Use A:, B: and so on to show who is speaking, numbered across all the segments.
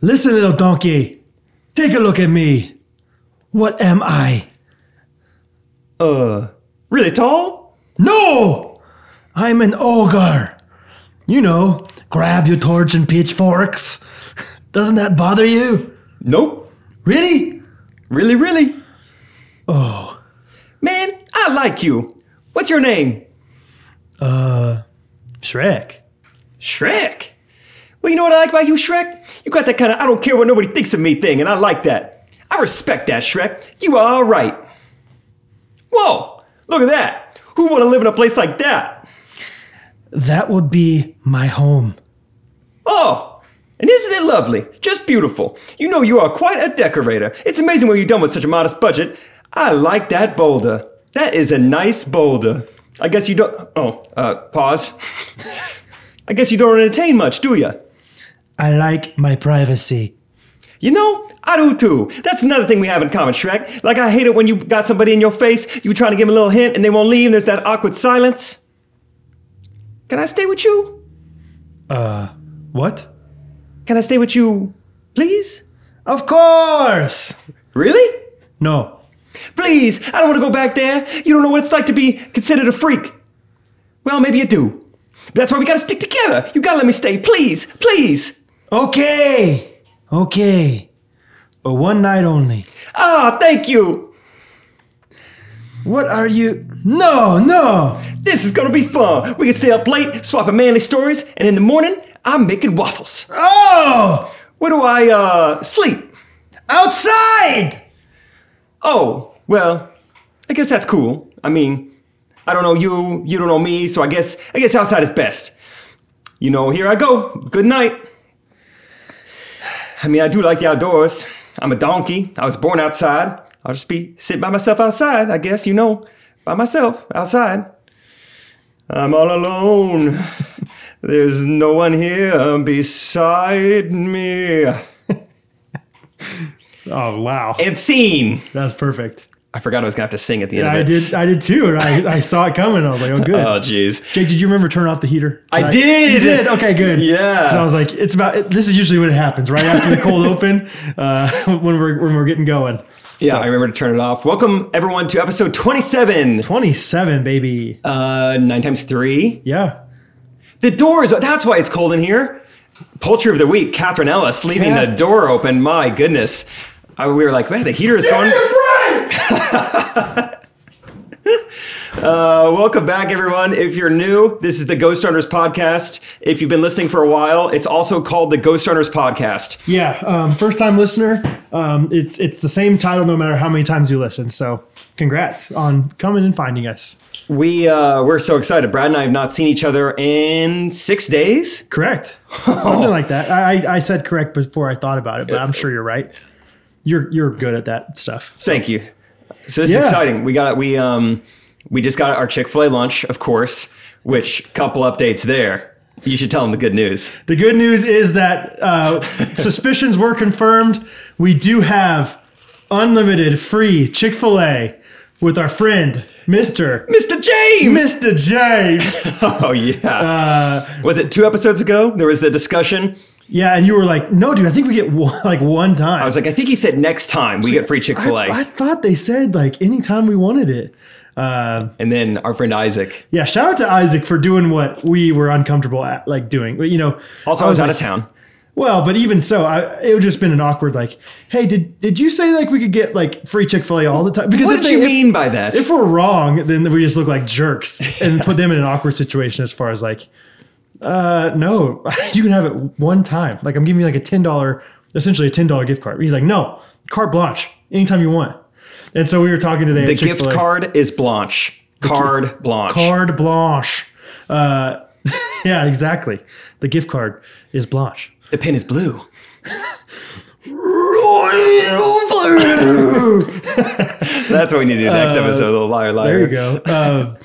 A: Listen, little donkey. Take a look at me. What am I?
B: Uh, really tall?
A: No! I'm an ogre. You know, grab your torch and pitchforks. Doesn't that bother you?
B: Nope.
A: Really?
B: Really, really?
A: Oh,
B: Man, I like you. What's your name?
A: uh, Shrek.
B: Shrek. Well, you know what I like about you, Shrek? You got that kind of I don't care what nobody thinks of me thing, and I like that. I respect that, Shrek. You are all right. Whoa, look at that. Who want to live in a place like that?
A: That would be my home.
B: Oh, and isn't it lovely? Just beautiful. You know you are quite a decorator. It's amazing what you've done with such a modest budget. I like that boulder. That is a nice boulder. I guess you don't. Oh, uh, pause. I guess you don't entertain much, do you?
A: I like my privacy.
B: You know, I do too. That's another thing we have in common, Shrek. Like, I hate it when you got somebody in your face, you were trying to give them a little hint, and they won't leave, and there's that awkward silence. Can I stay with you?
A: Uh, what?
B: Can I stay with you, please?
A: Of course!
B: Really?
A: No.
B: Please, I don't want to go back there. You don't know what it's like to be considered a freak. Well, maybe you do. That's why we gotta stick together. You gotta let me stay, please, please.
A: Okay! Okay. But one night only.
B: Ah, thank you.
A: What are you. No, no!
B: This is gonna be fun. We can stay up late, swapping manly stories, and in the morning, I'm making waffles.
A: Oh!
B: Where do I uh sleep?
A: Outside!
B: Oh, well, I guess that's cool. I mean, I don't know you, you don't know me, so I guess I guess outside is best. You know, here I go. Good night. I mean, I do like the outdoors. I'm a donkey. I was born outside. I'll just be sit by myself outside, I guess, you know, by myself outside. I'm all alone. There's no one here beside me.
A: Oh, wow.
B: And scene.
A: That's perfect.
B: I forgot I was gonna have to sing at the end
A: I
B: of it.
A: did. I did too. And I, I saw it coming. I was like, "Oh, good."
B: Oh, jeez.
A: Jake, did you remember turn off the heater?
B: I
A: Like,
B: did.
A: You did. Okay, good.
B: Yeah.
A: So I was like, "It's about." It, this is usually what it happens right after the cold open, uh, when we're when we're getting going.
B: Yeah, I remember to turn it off. Welcome everyone to episode 27.
A: Twenty-seven, baby.
B: Uh, nine times three.
A: Yeah.
B: The doors. That's why it's cold in here. Poultry of the week. Catherine Ellis leaving
A: Yeah.
B: the door open. My goodness. I, we were like, man, the heater is going. Uh, welcome back, everyone. If you're new, this is the Ghost Runners podcast. If you've been listening for a while, it's also called the Ghost Runners podcast.
A: Yeah. Um, First-time listener. Um, it's it's the same title no matter how many times you listen. So, congrats on coming and finding us.
B: We uh, we're so excited. Brad and I have not seen each other in six days.
A: Correct. Something like that. I, I- I said correct before I thought about it, but I'm sure you're right. You're you're good at that stuff.
B: Thank you. So this
A: Yeah.
B: is exciting. We got we um we just got our Chick Fil A lunch, of course. Which couple updates there? You should tell them the good news.
A: The good news is that uh, suspicions were confirmed. We do have unlimited free Chick Fil A with our friend Mister
B: Mr. James.
A: Mister James.
B: oh yeah.
A: Uh,
B: was it two episodes ago? There was the discussion.
A: Yeah, and you were like, no, dude, I think we get one, like one time.
B: I was like, I think he said next time we get free Chick Fil
A: I
B: A.
A: thought they said like anytime we wanted it.
B: And then our friend Isaac.
A: Yeah, shout out to Isaac for doing what we were uncomfortable at, like doing. You know,
B: Also, I was,
A: like,
B: out of town.
A: Well, but even so, I, it would just been an awkward like, hey, did did you say like we could get like free Chick Fil A all the time? Because
B: What
A: if
B: did
A: they,
B: you
A: if-
B: mean by that?
A: If we're wrong, then we just look like jerks and put them in an awkward situation as far as like, uh, no, you can have it one time. Like I'm giving you like a ten dollar, essentially a ten dollar gift card. He's like, no, carte blanche, anytime you want. And so we were talking today.
B: the gift card is Blanche. Card Blanche.
A: Card blanche. Uh, yeah, exactly. The gift card is blanche.
B: The pin is blue. That's what we need to do next episode. The liar, liar.
A: Uh, There you go. Um,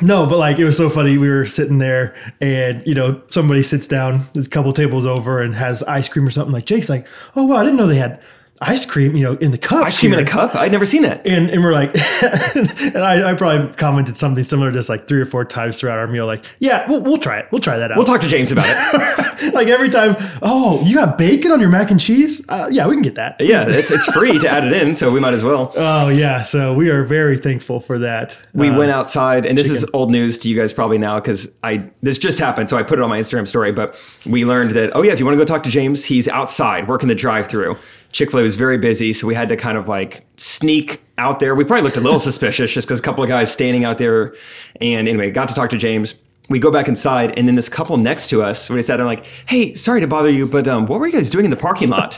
A: no, but like it was so funny. We were sitting there, and you know, somebody sits down a couple tables over and has ice cream or something. Like Jake's like, "Oh wow, I didn't know they had ice cream, you know, in the cup.
B: Ice cream in a cup? I'd never seen that.
A: and, and we're like, and I, I probably commented something similar to this like three or four times throughout our meal, like, yeah, we'll, we'll try it. We'll try that out.
B: We'll talk to James about it.
A: like every time, oh, you got bacon on your mac and cheese? Uh, yeah, we can get that.
B: Yeah, it's, it's free to add it in, so we might as well.
A: Oh, yeah. So we are very thankful for that. Uh,
B: We went outside, and this is old news to you guys probably now because I this just happened, so I put it on my Instagram story. But we learned that oh yeah, if you want to go talk to James, he's outside working the drive-through. Chick Fil A was very busy, so we had to kind of like sneak out there. We probably looked a little suspicious just because a couple of guys standing out there. And anyway, got to talk to James. We go back inside, and then this couple next to us, when he sat down, like, hey, sorry to bother you, but um, what were you guys doing in the parking lot?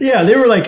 A: Yeah, they were like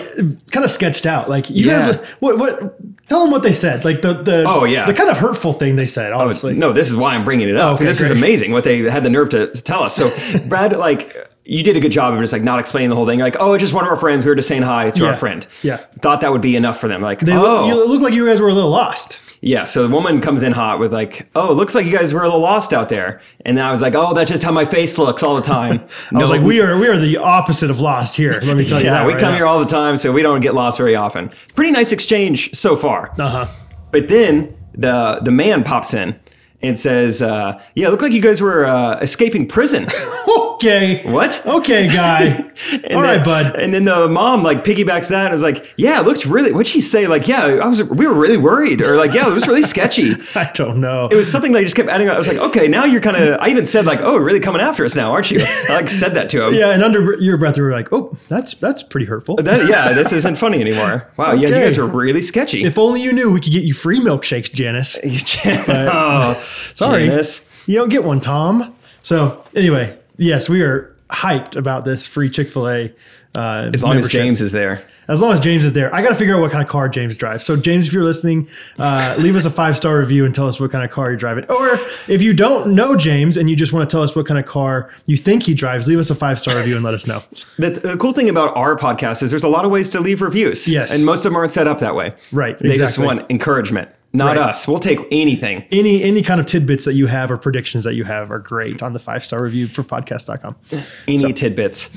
A: kind of sketched out. Like you
B: Yeah.
A: guys, what, what? Tell them what they said. Like the the
B: Oh, yeah. Oh,
A: the kind of hurtful thing they said. Honestly,
B: No, this is why I'm bringing it up.
A: Oh, Okay,
B: this is
A: great.
B: amazing what they had the nerve to tell us. So, Brad, like, you did a good job of just like not explaining the whole thing. You're like, oh, just one of our friends. We were just saying hi to
A: Yeah.
B: our friend.
A: Yeah.
B: Thought that would be enough for them. Like,
A: They
B: oh,
A: look, you look like you guys were a little lost.
B: yeah. So the woman comes in hot with like, oh, looks like you guys were a little lost out there. And then I was like, oh, that's just how my face looks all the time.
A: I was like, we are we are the opposite of lost here. Let me tell you
B: yeah,
A: that.
B: we
A: right
B: come
A: now.
B: here all the time, so we don't get lost very often. Pretty nice exchange so far.
A: Uh-huh.
B: But then the the man pops in and says, uh, "Yeah, look like you guys were uh, escaping prison."
A: Okay.
B: what?
A: Okay, guy.
B: And
A: Oh, all
B: then,
A: right, bud.
B: And then the mom like piggybacks that and is like, "Yeah, it looked really." What'd she say? Like, "Yeah, I was. We were really worried," or like, "Yeah, it was really sketchy."
A: I don't know.
B: It was something that I just kept adding. on. I was like, "Okay, now you're kind of." I even said like, "Oh, really coming after us now, aren't you?" I like said that to him.
A: yeah, and under your breath, we were like, oh, that's that's pretty hurtful.
B: That- yeah, this isn't funny anymore. Wow, yeah, you
A: Okay.
B: guys were really sketchy.
A: if only you knew we could get you free milkshakes, Janice.
B: oh,
A: Sorry.
B: Janice.
A: You don't get one, Tom. So anyway, yes, we are hyped about this free Chick Fil A. Uh,
B: As long as James is there.
A: as long as James is there, I got to figure out what kind of car James drives. So James, if you're listening, uh, leave us a five star review and tell us what kind of car you're driving. Or if you don't know James and you just want to tell us what kind of car you think he drives, leave us a five star review and let us know.
B: The, the cool thing about our podcast is there's a lot of ways to leave reviews.
A: Yes.
B: And most of them aren't set up that way.
A: Right,
B: They just
A: exactly.
B: want encouragement, not
A: Right.
B: us. We'll take anything.
A: Any any kind of tidbits that you have or predictions that you have are great on the five star review for podcast.com.
B: Any tidbits.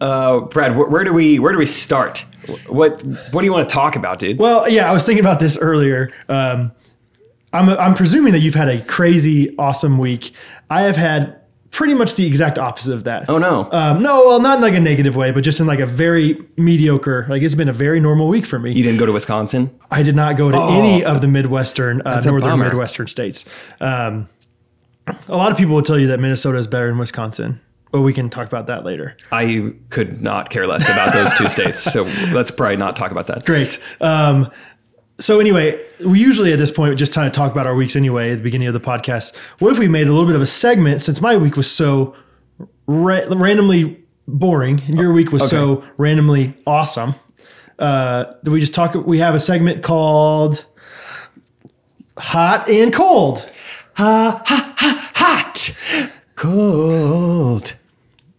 B: uh, Brad, wh- where do we where do we start? Wh- What what do you want to talk about, dude?
A: Well, yeah, I was thinking about this earlier. Um, I'm, I'm presuming that you've had a crazy, awesome week. I have had pretty much the exact opposite of that.
B: oh no.
A: Um, no, well, not in like a negative way, but just in like a very mediocre. Like it's been a very normal week for me.
B: you didn't go to Wisconsin?
A: I did not go to
B: Oh.
A: any of the Midwestern, uh,
B: a
A: northern
B: bummer.
A: Midwestern states. Um, a lot of people will tell you that Minnesota is better than Wisconsin, but we can talk about that later.
B: I could not care less about those two states. So let's probably not talk about that.
A: Great. Um, so anyway, we usually at this point just kind of talk about our weeks anyway at the beginning of the podcast. What if we made a little bit of a segment since my week was so ra- randomly boring and your week was so randomly awesome? Uh, that we just talk. We have a segment called "Hot and Cold."
B: Hot. Cold.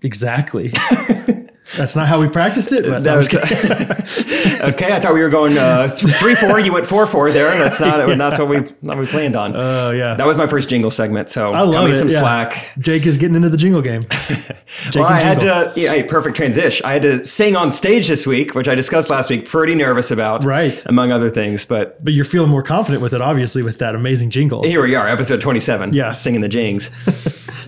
A: Exactly. That's not how we practiced it, but
B: That was okay. I thought we were going uh, th- three four. You went four four there. That's not that's what we not what we planned on.
A: oh yeah,
B: that was my first jingle segment. So I
A: love
B: cut me
A: it,
B: some
A: yeah.
B: slack.
A: Jake is getting into the jingle game. Jake
B: Well,
A: and
B: I had
A: jingle.
B: to. Yeah, hey, perfect transition. I had to sing on stage this week, which I discussed last week. Pretty nervous about,
A: Right.
B: Among other things, but
A: But you're feeling more confident with it, obviously, with that amazing jingle.
B: here we are, episode twenty seven.
A: Yeah.
B: singing the jings.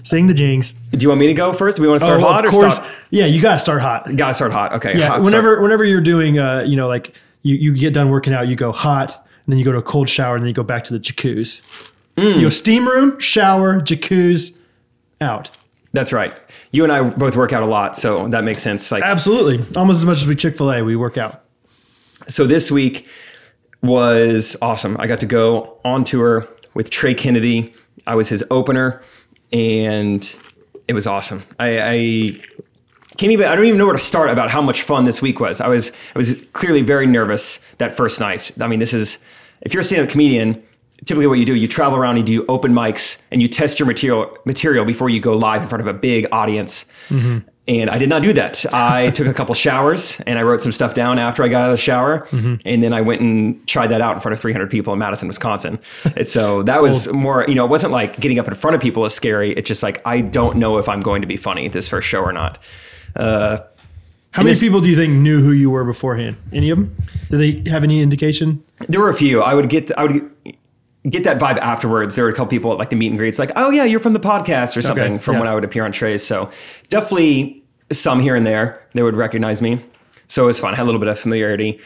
A: Sing the jings.
B: Do you want me to go first? Do we want to start
A: Well,
B: hot or
A: Oh, of course,
B: start?
A: yeah, you gotta start hot.
B: Gotta start hot. Okay.
A: Yeah,
B: hot start.
A: whenever whenever you're doing, uh, you know, like you you get done working out, you go hot, and then you go to a cold shower, and then you go back to the jacuzzi.
B: Mm.
A: You go steam room, shower, jacuzzi, out.
B: That's right. You and I both work out a lot, so that makes sense. Like
A: Absolutely, almost as much as we Chick Fil A, we work out.
B: So this week was awesome. I got to go on tour with Trey Kennedy. I was his opener, and it was awesome. I, I can't even. I don't even know where to start about how much fun this week was. I was I was clearly very nervous that first night. I mean, this is if you're a stand-up comedian. Typically, what you do, you travel around, you do open mics, and you test your material material before you go live in front of a big audience. And I did not do that. I took a couple showers and I wrote some stuff down after I got out of the shower, and then I went and tried that out in front of 300 people in Madison, Wisconsin. And so that was more, you know, it wasn't like getting up in front of people is scary. It's just like I don't know if I'm going to be funny this first show or not. Uh,
A: How many
B: it's-
A: people do you think knew who you were beforehand? Any of them? Did they have any indication?
B: There were a few. I would get I would get that vibe afterwards. There were a couple people at like the meet and greets, like, oh yeah, you're from the podcast or something from
A: yeah.
B: when I would appear on Trace. So definitely some here and there they would recognize me. So it was fun. I had a little bit of familiarity,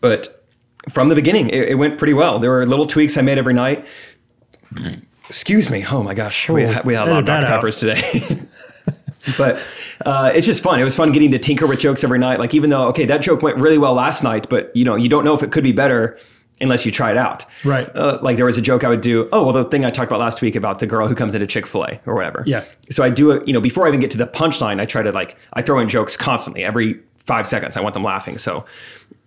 B: but from the beginning it, it went pretty well. There were little tweaks I made every night. Excuse me. Oh my gosh, we
A: Oh,
B: had, we had a lot of
A: edit that
B: Dr.
A: out.
B: Peppers today. but uh, it's just fun. It was fun getting to tinker with jokes every night. Like even though okay, that joke went really well last night, but you know you don't know if it could be better unless you try it out.
A: Right.
B: Uh, like there was a joke I would do. Oh well, the thing I talked about last week about the girl who comes into Chick Fil A or whatever.
A: Yeah.
B: So I do it. You know, before I even get to the punchline, I try to like I throw in jokes constantly every five seconds. I want them laughing. So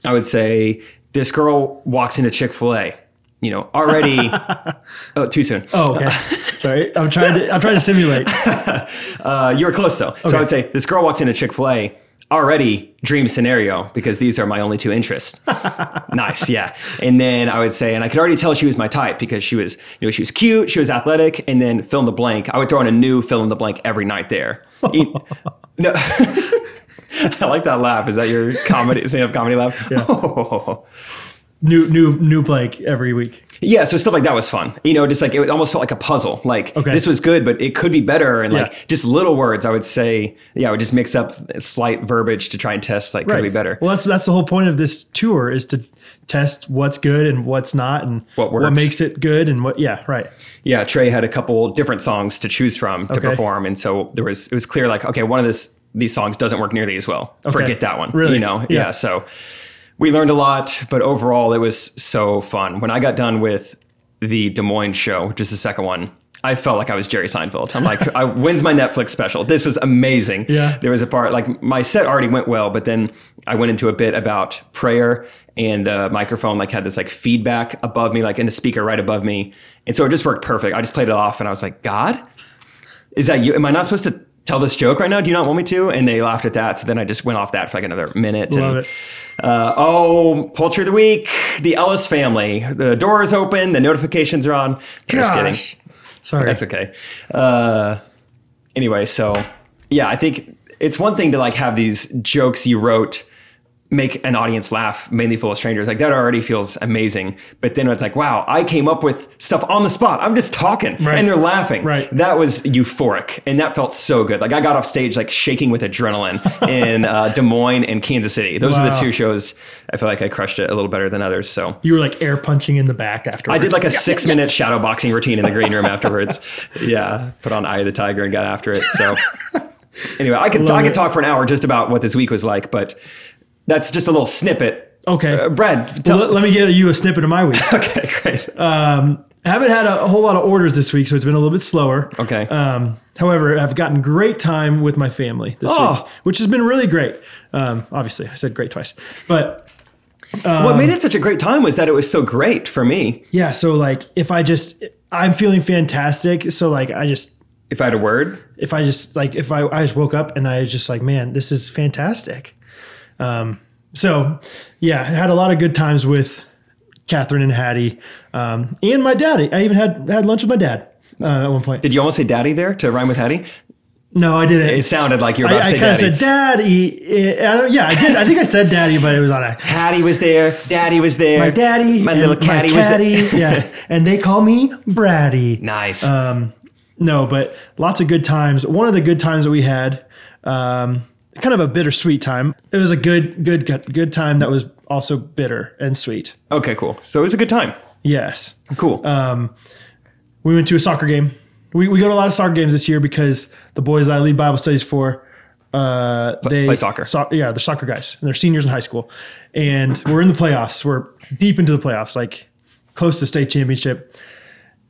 B: I would say this girl walks into Chick Fil A. You know, already. oh, too soon.
A: Oh, okay. Sorry, I'm trying to I'm trying to simulate.
B: Uh, you were close though. So I would say this girl walks into Chick Fil A already dream scenario because these are my only two interests. nice, yeah. And then I would say, and I could already tell she was my type because she was, you know, she was cute, she was athletic, and then fill in the blank. I would throw in a new fill in the blank every night there. E- no. I like that laugh. Is that your comedy stand-up comedy laugh? Oh. Yeah.
A: New new new blank every week.
B: Yeah, so stuff like that was fun. You know, just like it almost felt like a puzzle. Like
A: Okay.
B: this was good, but it could be better. And
A: Yeah.
B: like just little words, I would say, yeah, I would just mix up slight verbiage to try and test like could it be better.
A: Well, that's that's the whole point of this tour is to test what's good and what's not and
B: What
A: what
B: works.
A: makes it good and what yeah right
B: yeah, Trey had a couple different songs to choose from to
A: Okay.
B: perform, and so there was it was clear like okay, one of this these songs doesn't work nearly as well. Forget that one.
A: Really?
B: You know?
A: Yeah.
B: Yeah. So we learned a lot, but overall it was so fun. When I got done with the Des Moines show, which is the second one, I felt like I was Jerry Seinfeld. I'm like, I, when's my Netflix special? This was amazing.
A: Yeah.
B: There was a part like my set already went well, but then I went into a bit about prayer and the microphone like had this like feedback above me, like in the speaker right above me. And so it just worked perfect. I just played it off and I was like, God, is that you? Am I not supposed to tell this joke right now? Do you not want me to? And they laughed at that. So then I just went off that for like another minute.
A: Love
B: and,
A: it.
B: Uh, oh, poultry of the week, the Ellis family. The door is open. The notifications are on. Just kidding.
A: Gosh. sorry
B: That's okay. Uh, anyway, so yeah, I think it's one thing to like have these jokes you wrote make an audience laugh, mainly full of strangers. Like that already feels amazing. But then it's like, wow, I came up with stuff on the spot. I'm just talking,
A: Right.
B: and they're laughing.
A: Right.
B: That was euphoric, and that felt so good. Like I got off stage like shaking with adrenaline in uh, Des Moines and Kansas City. Those are the
A: Wow.
B: two shows I feel like I crushed it a little better than others. So
A: you were like air punching in the back after
B: I did like a six minute shadow boxing routine in the green room afterwards. Yeah, put on Eye of the Tiger and got after it. So anyway, I could
A: Love
B: I could
A: it.
B: talk for an hour just about what this week was like, but that's just a little snippet.
A: okay
B: Uh, Brad, tell
A: Well, let, let me give you a snippet of my week.
B: Okay, great.
A: uh, I haven't had a, a whole lot of orders this week, so it's been a little bit slower.
B: okay.
A: Um, however, I've gotten great time with my family this
B: Oh.
A: week, which has been really great. Um, obviously, I said great twice, but
B: what made it such a great time was that it was so great for me.
A: yeah. So like, if I just, I'm feeling fantastic. So like, I just,
B: If I had a word,
A: if I just like, if I, I just woke up and I was just like, man, this is fantastic. Um, so yeah, I had a lot of good times with Catherine and Hattie, um, and my daddy. I even had had lunch with my dad uh, at one point.
B: did you almost say daddy there to rhyme with Hattie?
A: No, I didn't.
B: It sounded like you were
A: I,
B: about to say
A: kind of
B: daddy.
A: said daddy. eh, I don't, yeah, I did. I think I said daddy, but it was on a
B: Hattie was there. Daddy was there.
A: my daddy,
B: My
A: and
B: little catty
A: my
B: was there.
A: catty, yeah, and they call me Braddy.
B: Nice.
A: Uh, No, but lots of good times. One of the good times that we had, um, kind of a bittersweet time. It was a good, good, good, good time that was also bitter and sweet.
B: okay, cool. So it was a good time.
A: Yes,
B: Cool.
A: uh, we went to a soccer game. We, we go to a lot of soccer games this year because the boys I lead Bible studies for, uh, they
B: play soccer.
A: so- yeah, they're soccer guys and they're seniors in high school, and we're in the playoffs. We're deep into the playoffs, like close to state championship.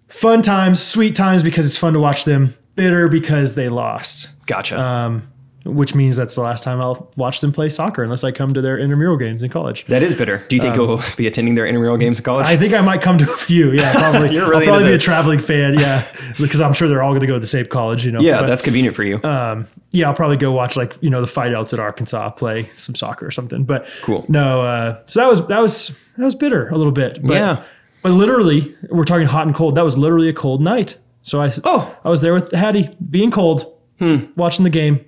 A: Fun times, sweet times because it's fun to watch them. Bitter because they lost,
B: gotcha.
A: uh, which means that's the last time I'll watch them play soccer unless I come to their intramural games in college.
B: that is bitter. Do you think you'll be attending their intramural games in college?
A: Um, I think I might come to a few. Yeah, probably.
B: You're really
A: I'll probably
B: into
A: be a
B: the-
A: traveling fan. Yeah, because I'm sure they're all going to go to the same college. You know.
B: Yeah,
A: But- uh,
B: that's convenient for you.
A: yeah, I'll probably go watch like you know the fight outs at Arkansas play some soccer or something. But
B: Cool.
A: No, uh, so that was that was that was bitter a little bit. But,
B: Yeah.
A: But literally, we're talking hot and cold. That was literally a cold night. So I
B: Oh. Hmm.
A: I was there with Hattie being cold, watching the game.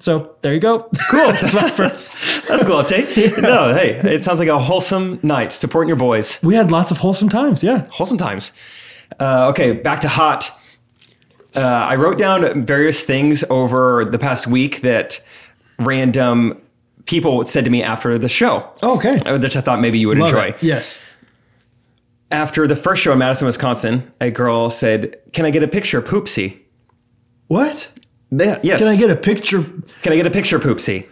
A: So there you go.
B: Cool.
A: That's my first.
B: That's a cool update. No, hey, it sounds like a wholesome night supporting your boys.
A: We had lots of wholesome times. Yeah.
B: Wholesome times. Uh, okay, back to hot. Uh, I wrote down various things over the past week that random people said to me after the show,
A: Okay.
B: uh, which I thought maybe you would
A: Love
B: enjoy.
A: it. Yes.
B: After the first show in Madison, Wisconsin, a girl said, "Can I get a picture, of Poopsie?"
A: What?
B: Yeah, yes.
A: Can I get a picture?
B: Can I get a picture, of Poopsie?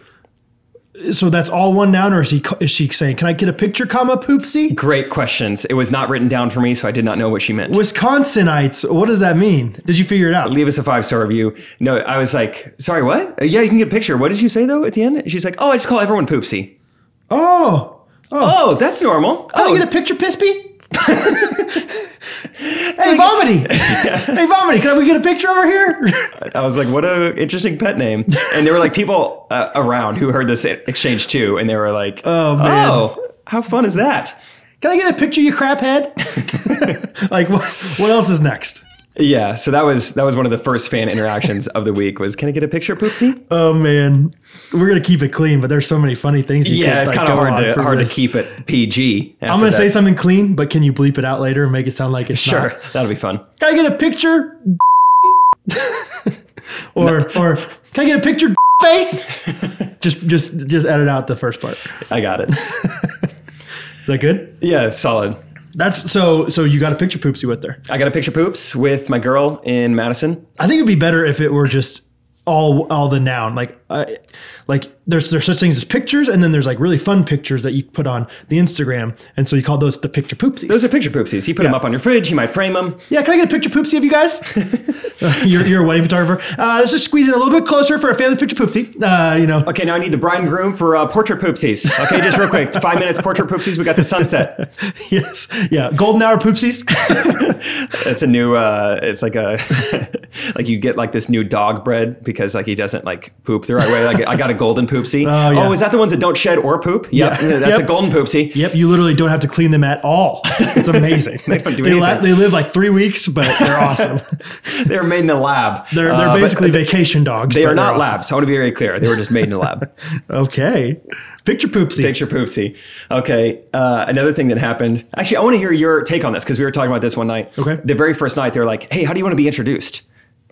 A: So that's all one noun, or is he is she saying, "Can I get a picture, comma poopsie"?
B: Great questions. It was not written down for me, so I did not know what she meant.
A: Wisconsinites. What does that mean? Did you figure it out?
B: leave us a five star review. No, I was like, sorry, what? Uh, Yeah, you can get a picture. What did you say though at the end? She's like, oh, I just call everyone poopsie.
A: Oh.
B: Oh, that's normal.
A: Can
B: Oh,
A: I get a picture, Pispy? hey, Vomity. hey, Vomity, can we get a picture over here?
B: I was like, what a interesting pet name. And there were like people uh, around who heard this e-, exchange too, and they were like,
A: Oh, man.
B: oh, how fun is that?
A: Can I get a picture, you crap head? like, what, what else is next?
B: Yeah, so that was that was one of the first fan interactions of the week. Was can I get a picture, poopsie?
A: Oh, man. We're going to keep it clean, but there's so many funny things. You
B: yeah,
A: could,
B: it's
A: like,
B: kind of
A: go
B: hard
A: on
B: to
A: for
B: hard
A: this.
B: to keep it PG.
A: I'm going to say something clean, but can you bleep it out later and make it sound like it's
B: sure,
A: not?
B: that'll be fun.
A: Can I get a picture? or, or can I get a picture, face? just, just, just edit out the first part.
B: I got it.
A: Is that good?
B: Yeah, solid.
A: That's so. So you got a picture poopsie with there.
B: I got a picture poops with my girl in Madison.
A: I think it'd be better if it were just all all the noun. Like, I like there's there's such things as pictures, and then there's like really fun pictures that you put on the Instagram, and so you call those the picture poopsies.
B: Those are picture poopsies. You put them
A: Yeah.
B: up on your fridge. You might frame them.
A: yeah, can I get a picture poopsie of you guys? you're, you're a wedding photographer. Uh, let's just squeeze it a little bit closer for a family picture poopsie. Uh, you know,
B: Okay, now I need the bride and groom for uh, portrait poopsies. Okay, just real quick, five minutes portrait poopsies. We got the sunset.
A: yes, yeah, golden hour poopsies.
B: It's a new. Uh, it's like a like you get like this new dog bread because like he doesn't like poop the right way. Like I got a golden poopsie.
A: Oh, yeah.
B: is that the ones that don't shed or poop? Yep,
A: Yeah.
B: that's a
A: Yep.
B: golden poopsie.
A: Yep, you literally don't have to clean them at all. It's amazing. they
B: don't do
A: they, la-
B: anything.
A: they live like three weeks, but they're awesome.
B: They're made in a lab.
A: They're they're
B: Uh, but
A: basically vacation dogs.
B: they
A: but
B: are not
A: they're awesome.
B: labs. I want to be very clear. They were just made in a lab.
A: Okay, picture poopsie.
B: Picture poopsie. Okay. Uh, another thing that happened. Actually, I want to hear your take on this because we were talking about this one night.
A: Okay.
B: The very first night, they were like, "Hey, how do you want to be introduced?"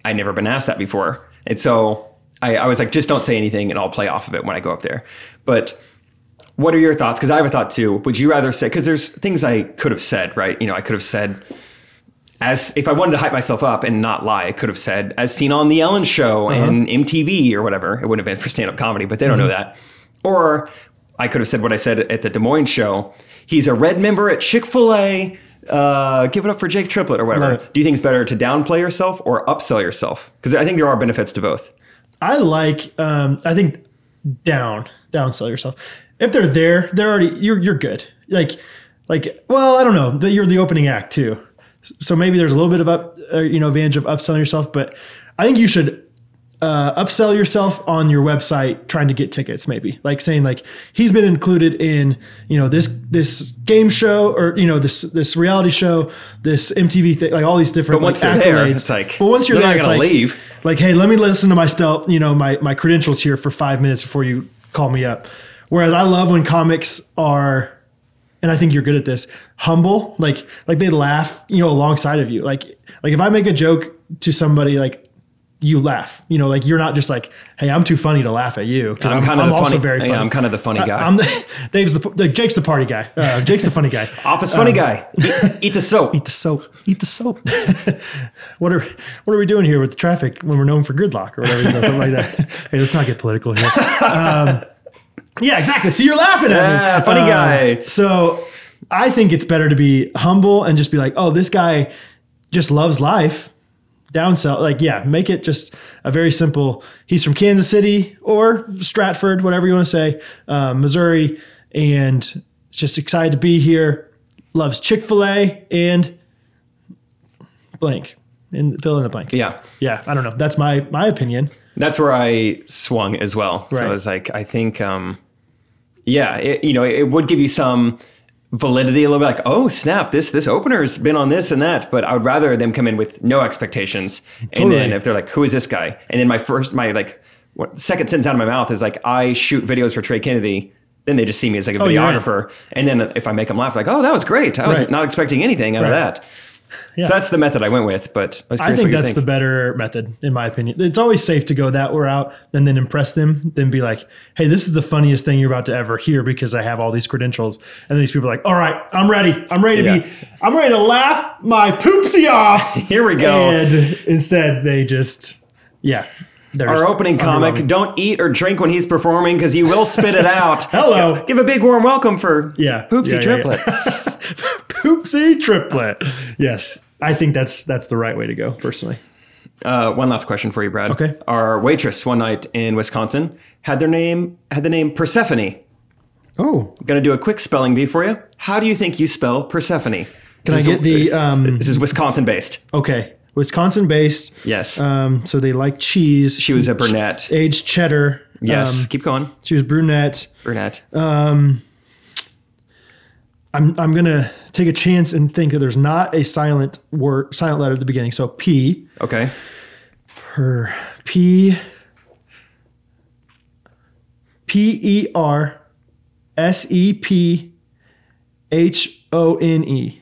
B: I'd never been asked that before, and so I, I was like, "Just don't say anything, and I'll play off of it when I go up there." But what are your thoughts? Because I have a thought too. Would you rather say? Because there's things I could have said, right? You know, I could have said. As if I wanted to hype myself up and not lie, I could have said, as seen on The Ellen Show
A: Uh-huh.
B: and MTV or whatever. It wouldn't have been for stand up comedy, but they don't know
A: Mm-hmm.
B: that. Or I could have said what I said at the Des Moines show. He's a red member at Chick fil A. Uh, give it up for Jake Triplett or whatever.
A: Right.
B: Do you think it's better to downplay yourself or upsell yourself? Because I think there are benefits to both.
A: I like. Um, I think down, downsell yourself. If they're there, they're already. You're you're good. Like, like. Well, I don't know. But you're the opening act too, so maybe there's a little bit of up, uh, you know, advantage of upselling yourself. But I think you should uh, upsell yourself on your website trying to get tickets maybe like saying like he's been included in you know this this game show or you know this this reality show this mtv thing like all these different
B: But once
A: like,
B: they're there,
A: accolades.
B: it's like,
A: but once you're
B: they're
A: there
B: not
A: it's
B: gonna
A: like,
B: leave.
A: like hey let me listen to my stealth you know my my credentials here for five minutes before you call me up whereas i love when comics are and I think you're good at this, humble. Like like they laugh, you know, alongside of you. Like like if I make a joke to somebody, like you laugh. You know, like you're not just like, hey, I'm too funny to laugh at you. 'cause
B: I'm kind of the
A: also
B: funny-
A: very
B: yeah,
A: funny.
B: I'm kind of the funny
A: I-
B: guy.
A: I'm the, Dave's the, the Jake's the party guy. Uh, Jake's the funny guy.
B: Office funny guy. Eat, eat the soap.
A: um, Eat the soap. Eat the soap. what are what are we doing here with the traffic when we're known for gridlock or whatever, you know, something like that? Hey, let's not get political here. Um, yeah, exactly. So you're laughing at
B: Yeah,
A: me.
B: funny
A: Um,
B: guy.
A: So I think it's better to be humble and just be like, oh, this guy just loves life. Downsell, like, yeah, make it just a very simple. He's from Kansas City or Stratford, whatever you want to say, uh, Missouri, and is just excited to be here. Loves Chick fil A and blank. And fill in the blank.
B: Yeah.
A: Yeah, I don't know. That's my my opinion.
B: that's where I swung as well. So I
A: Right.
B: was like, I think, um, yeah, it, you know, it would give you some validity a little bit like, oh snap, this this opener's been on this and that. But I would rather them come in with no expectations, and
A: Totally.
B: then if they're like, who is this guy? And then my first, my like what, second sentence out of my mouth is like, I shoot videos for Trey Kennedy. Then they just see me as like a
A: Oh, you're right.
B: videographer. And then if I make them laugh, like, oh, that was great. I was
A: Right.
B: not expecting anything out of
A: Right.
B: that.
A: Yeah.
B: So that's the method I went with. But I, was
A: I
B: curious
A: think
B: what you
A: that's the better method, in my opinion. It's always safe to go that route and then impress them, then be like, hey, this is the funniest thing you're about to ever hear because I have all these credentials. And these people are like, all right, I'm ready. I'm ready to
B: Yeah.
A: be, I'm ready to laugh my poopsie off.
B: Here we go.
A: And instead, they just, yeah. they're just
B: Our opening comic,
A: underwhelming.
B: don't eat or drink when he's performing because he will spit it out.
A: Hello.
B: Give a big warm welcome for
A: Yeah. Yeah,
B: Poopsie
A: yeah, yeah.
B: Triplet.
A: Poopsie triplet. Yes. I think that's that's the right way to go, personally.
B: Uh, one last question for you, Brad.
A: Okay.
B: Our waitress one night in Wisconsin had their name had the name Persephone.
A: Oh.
B: I'm gonna do a quick spelling bee for you. How do you think you spell Persephone?
A: Can I get the um
B: This is Wisconsin based.
A: okay. Wisconsin based.
B: Yes.
A: Um, so they like cheese.
B: she was a brunette.
A: aged cheddar.
B: Yes.
A: Um,
B: Keep going.
A: she was brunette.
B: Brunette.
A: Um, I'm I'm gonna take a chance and think that there's not a silent word, silent letter at the beginning. So P,
B: okay.
A: her P, P E R, S E P, H O N E.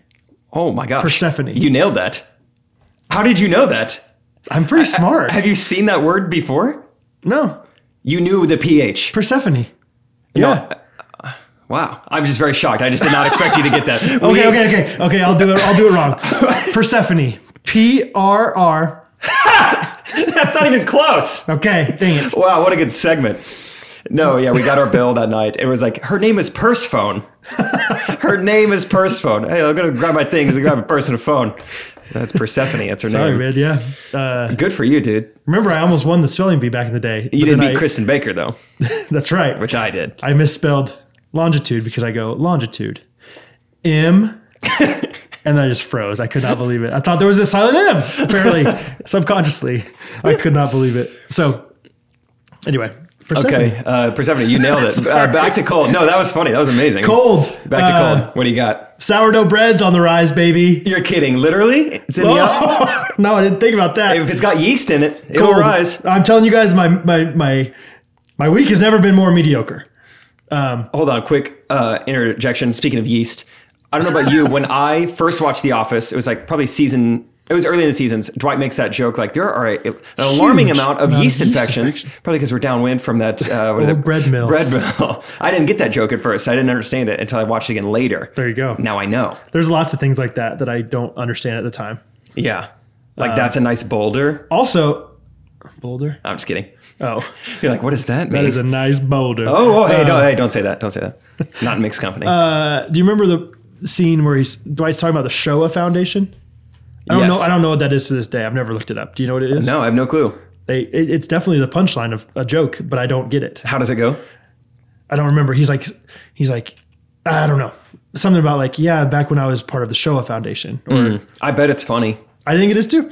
B: Oh my gosh.
A: Persephone.
B: You nailed that. How did you know that?
A: I'm pretty smart.
B: Have you seen that word before?
A: no,
B: You knew the PH.
A: Persephone.
B: No.
A: Yeah.
B: Wow. I'm just very shocked. I just did not expect you to get that. We-
A: Okay, okay, okay, okay. I'll do it. I'll do it wrong. Persephone. P R R.
B: That's not even close.
A: Okay, dang it.
B: Wow, what a good segment. No, yeah, we got our bill that night. It was like, her name is Purse Phone. her name is Purse Phone. Hey, I'm going to grab my things and grab a purse and a phone. That's Persephone. That's her
A: Sorry,
B: name.
A: man. Yeah. Uh,
B: Good for you, dude.
A: remember, I almost won the spelling bee back in the day.
B: You didn't beat
A: I,
B: Kristen Baker, though,
A: That's right.
B: which I did.
A: I misspelled longitude because I go longitude, M, and I just froze. I could not believe it. I thought there was a silent M. Apparently, subconsciously, I could not believe it. So, anyway, Persephone.
B: Okay, uh, Persephone, you nailed it. Uh, back to cold. No, that was funny. That was amazing.
A: Cold.
B: Back to
A: Uh,
B: cold. What do you got?
A: Sourdough bread's on the rise, baby.
B: You're kidding. Literally? It's in the oven.
A: Oh, no, I didn't think about that.
B: If it's got yeast in it, it'll
A: Gold.
B: rise.
A: Oh, I'm telling you guys, my my my my week has never been more mediocre. Um,
B: Hold on, quick uh, interjection. Speaking of yeast, I don't know about you. when I first watched The Office, it was like probably season. It was early in the seasons. Dwight makes that joke like there are a, an alarming
A: Huge
B: amount of
A: amount of
B: yeast,
A: yeast
B: infections, probably because we're downwind from that uh, what is
A: Old
B: it?
A: bread mill.
B: Bread mill. I didn't get that joke at first. I didn't understand it until I watched it again later.
A: There you go.
B: Now I know.
A: There's lots of things like that that I don't understand at the time.
B: Yeah,
A: Uh,
B: like that's a nice boulder.
A: Also, boulder.
B: I'm just kidding.
A: Oh,
B: You're like, what does that mean?
A: that is a nice boulder.
B: oh, oh, hey, don't, hey, don't say that. Don't say that. Not in mixed company.
A: Uh, do you remember the scene where he's Dwight's talking about the Shoah Foundation? I don't
B: Yes.
A: know. I don't know what that is to this day. I've never looked it up. Do you know what it is?
B: no, I have no clue.
A: They, it, it's definitely the punchline of a joke, but I don't get it.
B: How does it go?
A: I don't remember. He's like, he's like, I don't know. Something about like, yeah, back when I was part of the Shoah Foundation, or
B: I bet it's funny.
A: I think it is too.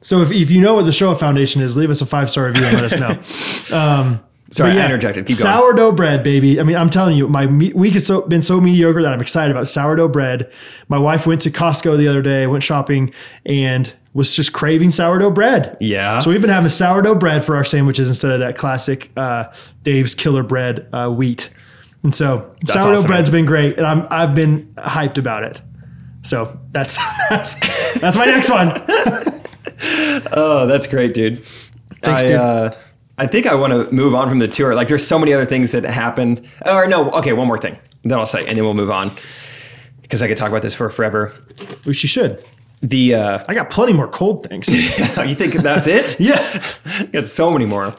A: So if, if you know what the Shoah Foundation is, leave us a five star review and let us know.
B: Sorry,
A: But
B: I
A: yeah,
B: interjected. Keep going.
A: sourdough bread, baby. I mean, I'm telling you, my me- week has so, been so mediocre that I'm excited about sourdough bread. My wife went to Costco the other day, went shopping, and was just craving sourdough bread.
B: Yeah.
A: So we've been having sourdough bread for our sandwiches instead of that classic uh, Dave's Killer Bread uh, wheat. And so sourdough
B: awesome,
A: bread's
B: man.
A: been great, and I'm I've been hyped about it. So that's that's that's my next one.
B: Oh, that's great, dude.
A: Thanks,
B: I,
A: dude.
B: Uh, I think I want to move on from the tour. Like, there's so many other things that happened. Or no, okay, one more thing. Then I'll say, and then we'll move on because I could talk about this for forever.
A: Which you should.
B: The uh,
A: I got plenty more cold things.
B: you think that's it?
A: yeah.
B: got so many more.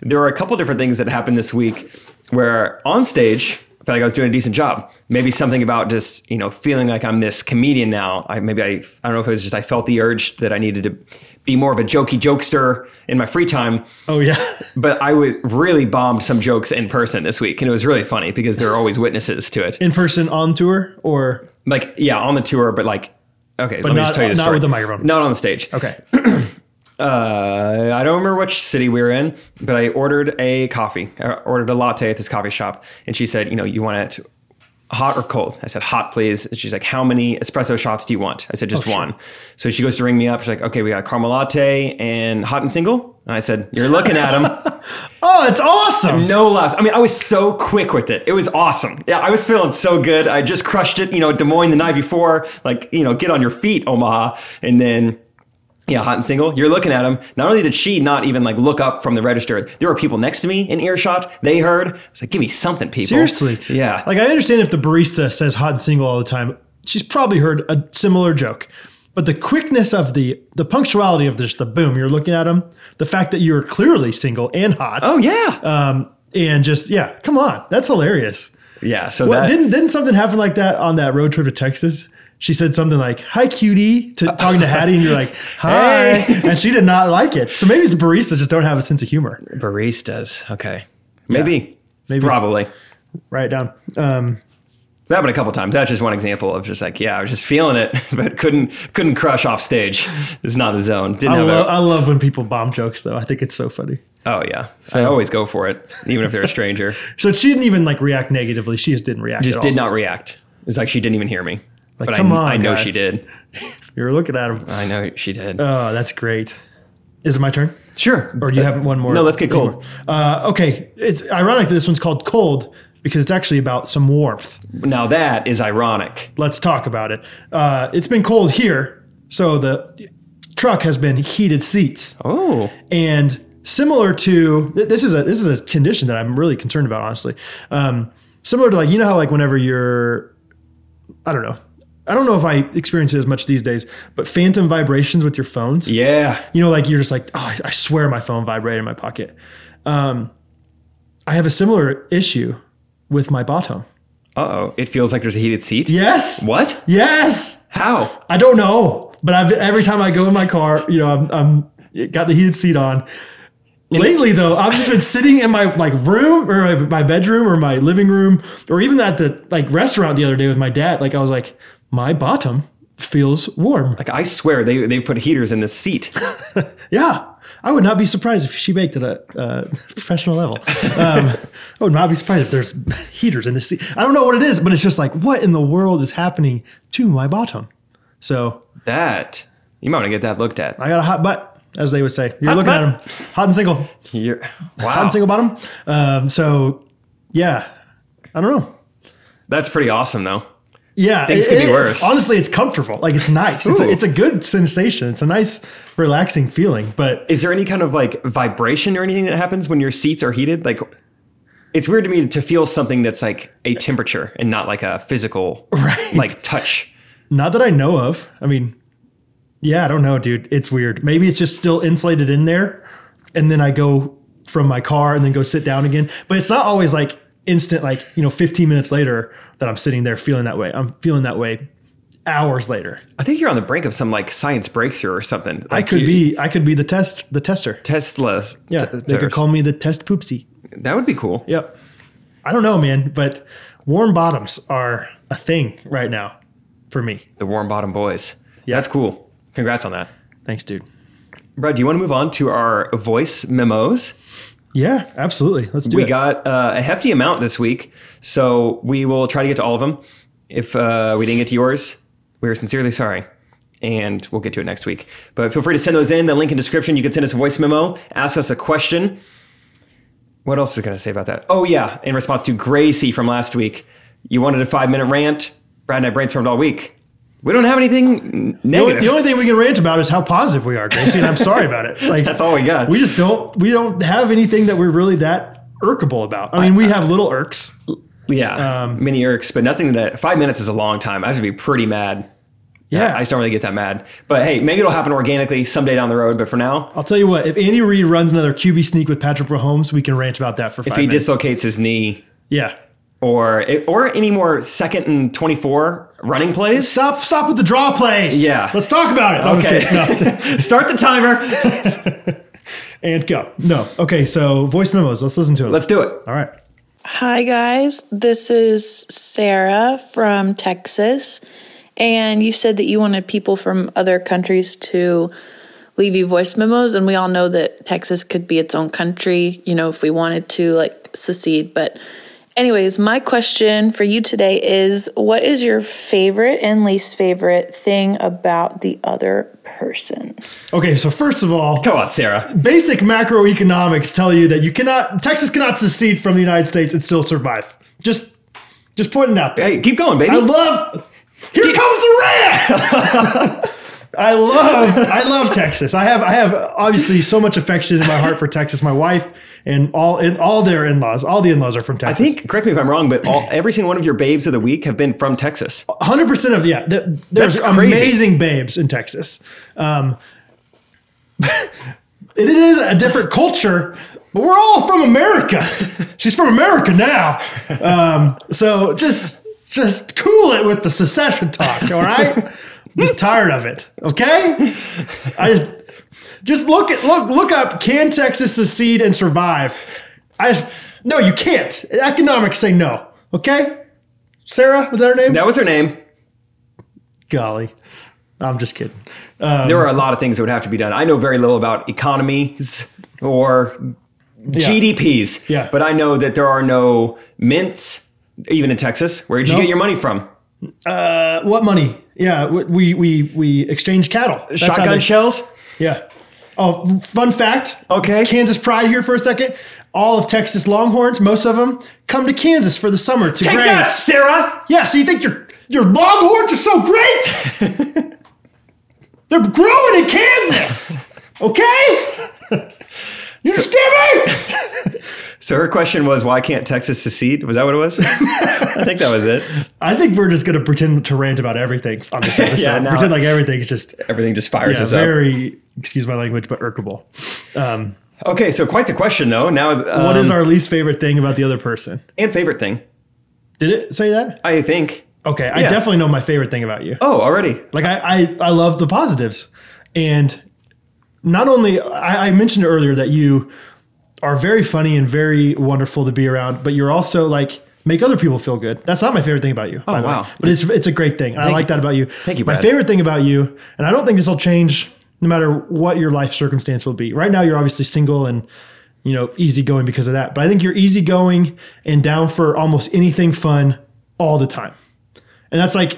B: There are a couple different things that happened this week where on stage, I felt like I was doing a decent job. Maybe something about just, you know, feeling like I'm this comedian now. I maybe I I don't know if it was just I felt the urge that I needed to be more of a jokey jokester in my free time.
A: Oh yeah.
B: But I was really bombed some jokes in person this week, and it was really funny because there are always witnesses to it.
A: in person on tour or
B: Like, yeah, on the tour, but like, okay, let me
A: not-
B: just tell you the
A: not
B: story.
A: with the microphone.
B: not on the stage.
A: okay
B: uh, I don't remember which city we were in, but I ordered a coffee. I ordered a latte at this coffee shop, and she said, "You know, you want it hot or cold?" I said, "Hot, please." And she's like, "How many espresso shots do you want?" I said, "Just one." So she goes to ring me up. She's like, "Okay, we got a caramel latte and hot and single." And I said, You're looking at him.
A: Oh, it's awesome.
B: No loss. I mean, I was so quick with it. It was awesome. Yeah, I was feeling so good. I just crushed it, you know, Des Moines the night before. Like, you know, get on your feet, Omaha. And then, yeah, hot and single. You're looking at him. Not only did she not even like look up from the register, there were people next to me in earshot. They heard. I was like, give me something, people.
A: Seriously.
B: Yeah.
A: Like I understand if the barista says hot and single all the time, she's probably heard a similar joke. But the quickness of the the punctuality of just the boom, you're looking at him, the fact that you're clearly single and hot.
B: oh, yeah.
A: Um, and just yeah, come on. That's hilarious.
B: yeah. So
A: Well,
B: that,
A: didn't didn't something happen like that on that road trip to Texas? She said something like "Hi, cutie" to talking to Hattie, and you're like "Hi,"
B: Hey.
A: and she did not like it. So maybe it's baristas just don't have a sense of humor.
B: baristas. Okay. Maybe.
A: Maybe.
B: Probably.
A: Write it down. Um,
B: That happened a couple times. That's just one example of just like, yeah, I was just feeling it, but couldn't couldn't crush off stage. It's not the zone. Didn't
A: I,
B: have
A: lo-
B: a,
A: I love when people bomb jokes, though. I think it's so funny.
B: oh yeah. I always go for it, even if they're a stranger.
A: So she didn't even like react negatively. She just didn't react.
B: just
A: at
B: did
A: all.
B: not react. It's like she didn't even hear me.
A: Like,
B: but
A: come
B: I,
A: on,
B: I know
A: guy.
B: she did.
A: You were looking at him.
B: I know she did.
A: Oh, that's great. Is it my turn?
B: sure.
A: Or you haven't one more?
B: Uh, No, let's get cold.
A: Uh, okay, it's ironic that this one's called cold because it's actually about some warmth.
B: Now that is ironic.
A: let's talk about it. Uh, it's been cold here, so the truck has been heated seats,
B: Oh.
A: and similar to th- this is a this is a condition that I'm really concerned about, honestly. Um, similar to like you know how like whenever you're, I don't know, I don't know if I experience it as much these days, but phantom vibrations with your phones.
B: Yeah.
A: You know, like you're just like, oh, I- I swear my phone vibrated in my pocket. Um, I have a similar issue with my bottom.
B: Uh oh. It feels like there's a heated seat.
A: Yes.
B: What?
A: Yes.
B: How?
A: I don't know, but I've every time I go in my car, you know, I'm, I'm it got the heated seat on. Lately, though, I've just been sitting in my like room or my- my bedroom or my living room or even at the like restaurant the other day with my dad. Like I was like, my bottom feels warm.
B: Like I swear they they put heaters in this seat.
A: Yeah, I would not be surprised if she baked at a uh, professional level. Um, I would not be surprised if there's heaters in the seat. I don't know what it is, but it's just like, what in the world is happening to my bottom? So
B: that you might want to get that looked at.
A: I got a hot butt, as they would say. You're
B: Hot
A: looking
B: butt.
A: at him, hot and single, hot
B: You're,
A: and
B: wow.
A: single bottom. Um, so, yeah, I don't know.
B: That's pretty awesome though.
A: Yeah,
B: Things could be worse.
A: Honestly, it's comfortable. Like it's nice. It's a,
B: Ooh.
A: it's a good sensation. It's a nice, relaxing feeling. But
B: Is there any kind of like vibration or anything that happens when your seats are heated? Like, it's weird to me to feel something that's like a temperature and not like a physical
A: Right.
B: like touch.
A: not that I know of. I mean, yeah, I don't know, dude. It's weird. Maybe it's just still insulated in there, and then I go from my car and then go sit down again. But it's not always like instant. Like you know, 15 minutes later that I'm sitting there feeling that way. I'm feeling that way hours later.
B: I think you're on the brink of some like science breakthrough or something.
A: I could be I could be the test the tester.
B: Tesla's.
A: Yeah,
B: t-
A: they could
B: test.
A: call me the test poopsie.
B: that would be cool.
A: Yep. I don't know, man, but warm bottoms are a thing right now for me.
B: The warm bottom boys.
A: Yeah.
B: That's cool. Congrats on that.
A: Thanks, dude.
B: Brad, do you want to move on to our voice memos?
A: Yeah, absolutely. Let's do
B: we
A: it.
B: got uh, a hefty amount this week, so we will try to get to all of them. If uh, we didn't get to yours, we are sincerely sorry, and we'll get to it next week. But feel free to send those in. The link in description. You can send us a voice memo, ask us a question. What else was I going to say about that? Oh yeah, in response to Gracie from last week, you wanted a five minute rant. Brad and I brainstormed all week. We don't have anything n-
A: the, only,
B: negative.
A: the only thing we can rant about is how positive we are, Gracie, and I'm sorry about it. Like
B: That's all we got.
A: We just don't we don't have anything that we're really that irkable about. I mean, we have little irks.
B: yeah,
A: um,
B: many irks, but nothing that five minutes is a long time. I should be pretty mad
A: Yeah.
B: I just don't really get that mad. But hey, maybe it'll happen organically someday down the road. But for now,
A: I'll tell you what, if Andy Reid runs another QB sneak with Patrick Mahomes, we can rant about that for
B: if
A: five
B: he
A: minutes.
B: dislocates his knee
A: yeah.
B: or or any more second and twenty four running plays,
A: Stop stop with the draw plays.
B: Yeah.
A: Let's talk about it. No, I'm just
B: Okay.
A: kidding. No, I'm just-
B: start the timer.
A: And go. No. Okay, so voice memos. Let's listen to it.
B: Let's do it.
A: All right.
C: Hi, guys. This is Sarah from Texas. And you said that you wanted people from other countries to leave you voice memos. And we all know that Texas could be its own country, you know, if we wanted to, like, secede. But Anyways, my question for you today is what is your favorite and least favorite thing about the other person?
A: Okay, so first of all,
B: Come on, Sarah.
A: basic macroeconomics tell you that you cannot Texas cannot secede from the United States and still survive. Just just putting it out there.
B: Hey, keep going, baby.
A: I love Here comes the ram. I love I love Texas. I have I have obviously so much affection in my heart for Texas. My wife and all and all their in-laws, all the in-laws are from
B: I
A: Texas.
B: think, correct me if I'm wrong, but all, every single one of your babes of the week have been from Texas.
A: hundred percent of yeah. There, there's
B: That's crazy.
A: amazing babes in Texas. Um, it is a different culture, but we're all from America. She's from America now, um, so just just cool it with the secession talk. All right, just tired of it. Okay, I just just look at look look up. Can Texas secede and survive? I just, no, you can't. Economics say no. Okay, Sarah was that her name?
B: That was her name.
A: golly i'm just kidding Um,
B: There are a lot of things that would have to be done. I know very little about economies or GDPs,
A: Yeah.
B: but I know that there are no mints, even in Texas. Where did
A: No.
B: you get your money from?
A: uh, what money yeah we we we exchange cattle That's how
B: Shotgun
A: they-
B: shells?
A: yeah oh fun fact
B: Okay.
A: kansas pride here for a second all of texas longhorns most of them come to kansas for the summer to
B: Take
A: graze
B: that, Sarah!
A: yeah so you think your your longhorns are so great they're growing in kansas okay you understand me
B: So her question was, why can't Texas secede? Was that what it was? I think that was it.
A: I think we're just gonna pretend to rant about everything on this episode.
B: now-
A: pretend like everything's just
B: Everything just fires
A: yeah,
B: us up.
A: very excuse my language, but irkable. Um,
B: Okay, so quite the question though. Now, um,
A: what is our least favorite thing about the other person?
B: and favorite thing?
A: Did it say that?
B: I think.
A: Okay, I
B: Yeah.
A: definitely know my favorite thing about you.
B: Oh, already.
A: Like I, I, I love the positives, and not only I, I mentioned earlier that you are very funny and very wonderful to be around, but you're also like make other people feel good. That's not my favorite thing about you. by the way.
B: Oh, wow.
A: But it's it's a great thing. And I like
B: you.
A: that about you.
B: Thank you,
A: My
B: Brad.
A: favorite thing about you, and I don't think this will change no matter what your life circumstance will be. Right now, you're obviously single and you know easygoing because of that. But I think you're easygoing and down for almost anything fun all the time. And that's like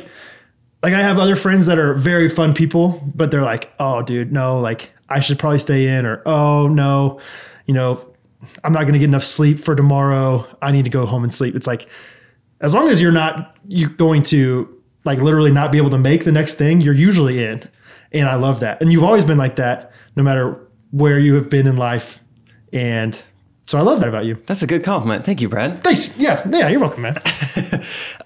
A: like I have other friends that are very fun people, but they're like, "Oh, dude, no, like I should probably stay in," or "Oh, no, you know, I'm not going to get enough sleep for tomorrow. I need to go home and sleep." It's like as long as you're not you going to like literally not be able to make the next thing, you're usually in. And I love that. And you've always been like that no matter where you have been in life. And so I love that about you.
B: That's a good compliment. Thank you, Brad.
A: Thanks. Yeah. Yeah, you're welcome, man.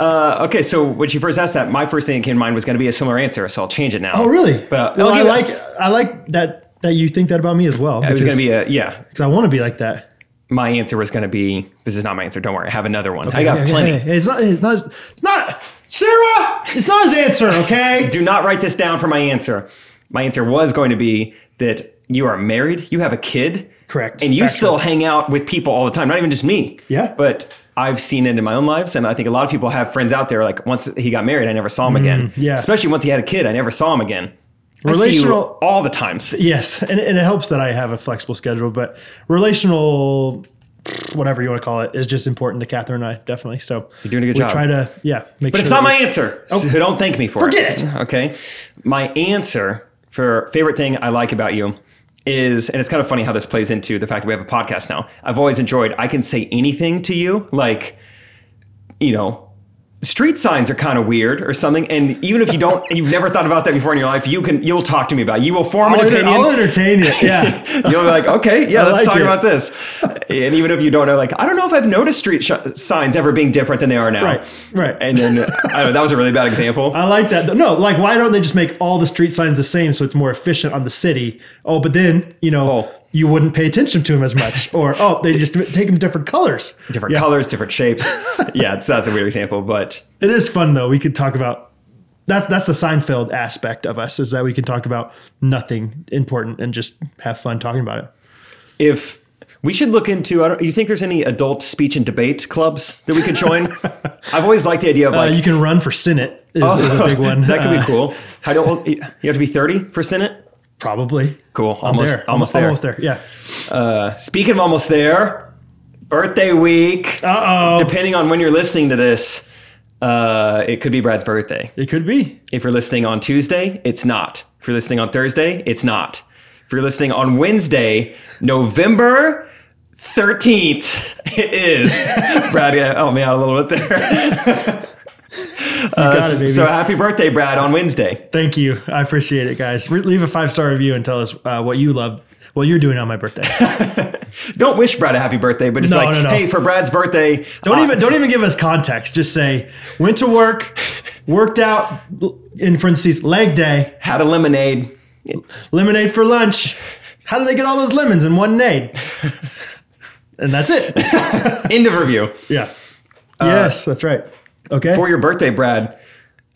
B: Uh, okay, so when she first asked that, my first thing that came to mind was going to be a similar answer, so I'll change it now.
A: Oh, really?
B: But
A: well,
B: I'll
A: I
B: give it-
A: like I like that that you think that about me as well.
B: It was going to be a yeah.
A: because I want to be like that.
B: My answer was going to be this is not my answer. Don't worry, I have another one. I got
A: Yeah, yeah,
B: plenty.
A: yeah. It's not. It's not. It's not. Sarah, it's not his answer. Okay.
B: Do not write this down for my answer. My answer was going to be that you are married, you have a kid,
A: Correct.
B: and you still
A: Factual.
B: hang out with people all the time. Not even just me.
A: Yeah.
B: But I've seen it in my own lives, and I think a lot of people have friends out there. Like once he got married, I never saw him again.
A: Mm, yeah.
B: Especially once he had a kid, I never saw him again. I see you
A: Relational-
B: all the times.
A: Yes, and, and it helps that I have a flexible schedule, but relational, whatever you want to call it, is just important to Catherine and I definitely. So
B: You're doing a good
A: we
B: job.
A: Try to yeah, make
B: But it's not my answer. So don't thank me for it.
A: Oh. Forget it.
B: Okay. My answer for favorite thing I like about you is, and it's kind of funny how this plays into the fact that we have a podcast now. I've always enjoyed, I can say anything to you, like, you know, street signs are kind of weird or something. And even if you don't, you've never thought about that before in your life, you can, you'll talk to me about it. You will form
A: I'll,
B: an
A: enter-
B: opinion.
A: I'll entertain it. Yeah.
B: You'll be like, okay, yeah,
A: I
B: let's
A: like
B: talk
A: it.
B: about this. And even if you don't know, like, I don't know if I've noticed street sh- signs ever being different than they are now.
A: Right, right.
B: And then I don't know, that was a really bad example.
A: I like that. No, like why don't they just make all the street signs the same so it's more efficient on the city? Oh, but then you know
B: Oh.
A: you wouldn't pay attention to them as much, or oh, they just take them different colors.
B: Different
A: Yeah.
B: colors, different shapes. yeah, it's, that's a weird example, but
A: It is fun though. We could talk about that's that's the Seinfeld aspect of us is that we can talk about nothing important and just have fun talking about it.
B: if we should look into, I don't, you think there's any adult speech and debate clubs that we could join? I've always liked the idea of
A: Uh,
B: like,
A: you can run for Senate is, is a big one.
B: Oh. that could
A: Uh,
B: be cool. How do old- you have to be 30 for Senate?
A: Probably.
B: Cool. Almost,
A: there.
B: almost there.
A: Almost there. Yeah.
B: Speaking of almost there, birthday week.
A: Uh oh.
B: Depending on when you're listening to this, uh, it could be Brad's birthday.
A: It could be.
B: If you're listening on Tuesday, it's not. If you're listening on Thursday, it's not. If you're listening on Wednesday, November 13th, it is. Brad, yeah, help me out a little bit there.
A: you got it, baby.
B: Uh, so happy birthday, Brad, on Wednesday.
A: Thank you. I appreciate it, guys. Re- leave a five star review and tell us uh, what you love, what you're doing on my birthday.
B: Don't wish Brad a happy birthday, but just
A: No,
B: like,
A: no, no.
B: hey, for Brad's birthday,
A: Don't
B: uh,
A: even don't even give us context. Just say went to work, worked out in parentheses leg day,
B: had a lemonade.
A: lemonade for lunch. How do they get all those lemons in one nade? And that's it.
B: End of review.
A: Yeah. yes, that's right. Okay.
B: Uh, for your birthday, Brad,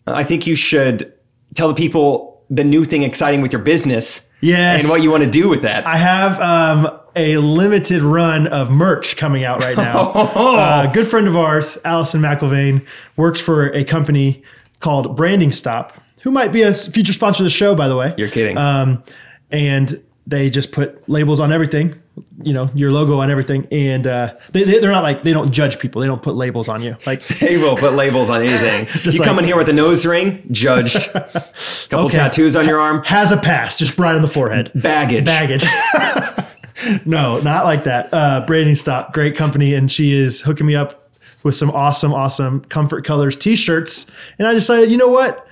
B: I think you should tell the people the new thing exciting with your business
A: yes.
B: and what you want to do with that.
A: I have um, a limited run of merch coming out right now. Uh, a good friend of ours, Allison McIlvain, works for a company called Branding Stop, who might be a s- future sponsor of the show, by the way.
B: You're kidding.
A: Um, and they just put labels on everything, you know, your logo on everything. And uh, they, they, they're not like, they don't judge people, they don't put labels on you. Like,
B: they will put labels on anything. you
A: like-
B: come in here with a nose ring, judged. Couple
A: Okay.
B: tattoos on your arm,
A: has a pass, just right on the forehead.
B: baggage.
A: baggage. no, not like that. Uh, Branding Stop, great company, and she is hooking me up with some awesome, awesome Comfort Colors T-shirts. And I decided, you know what?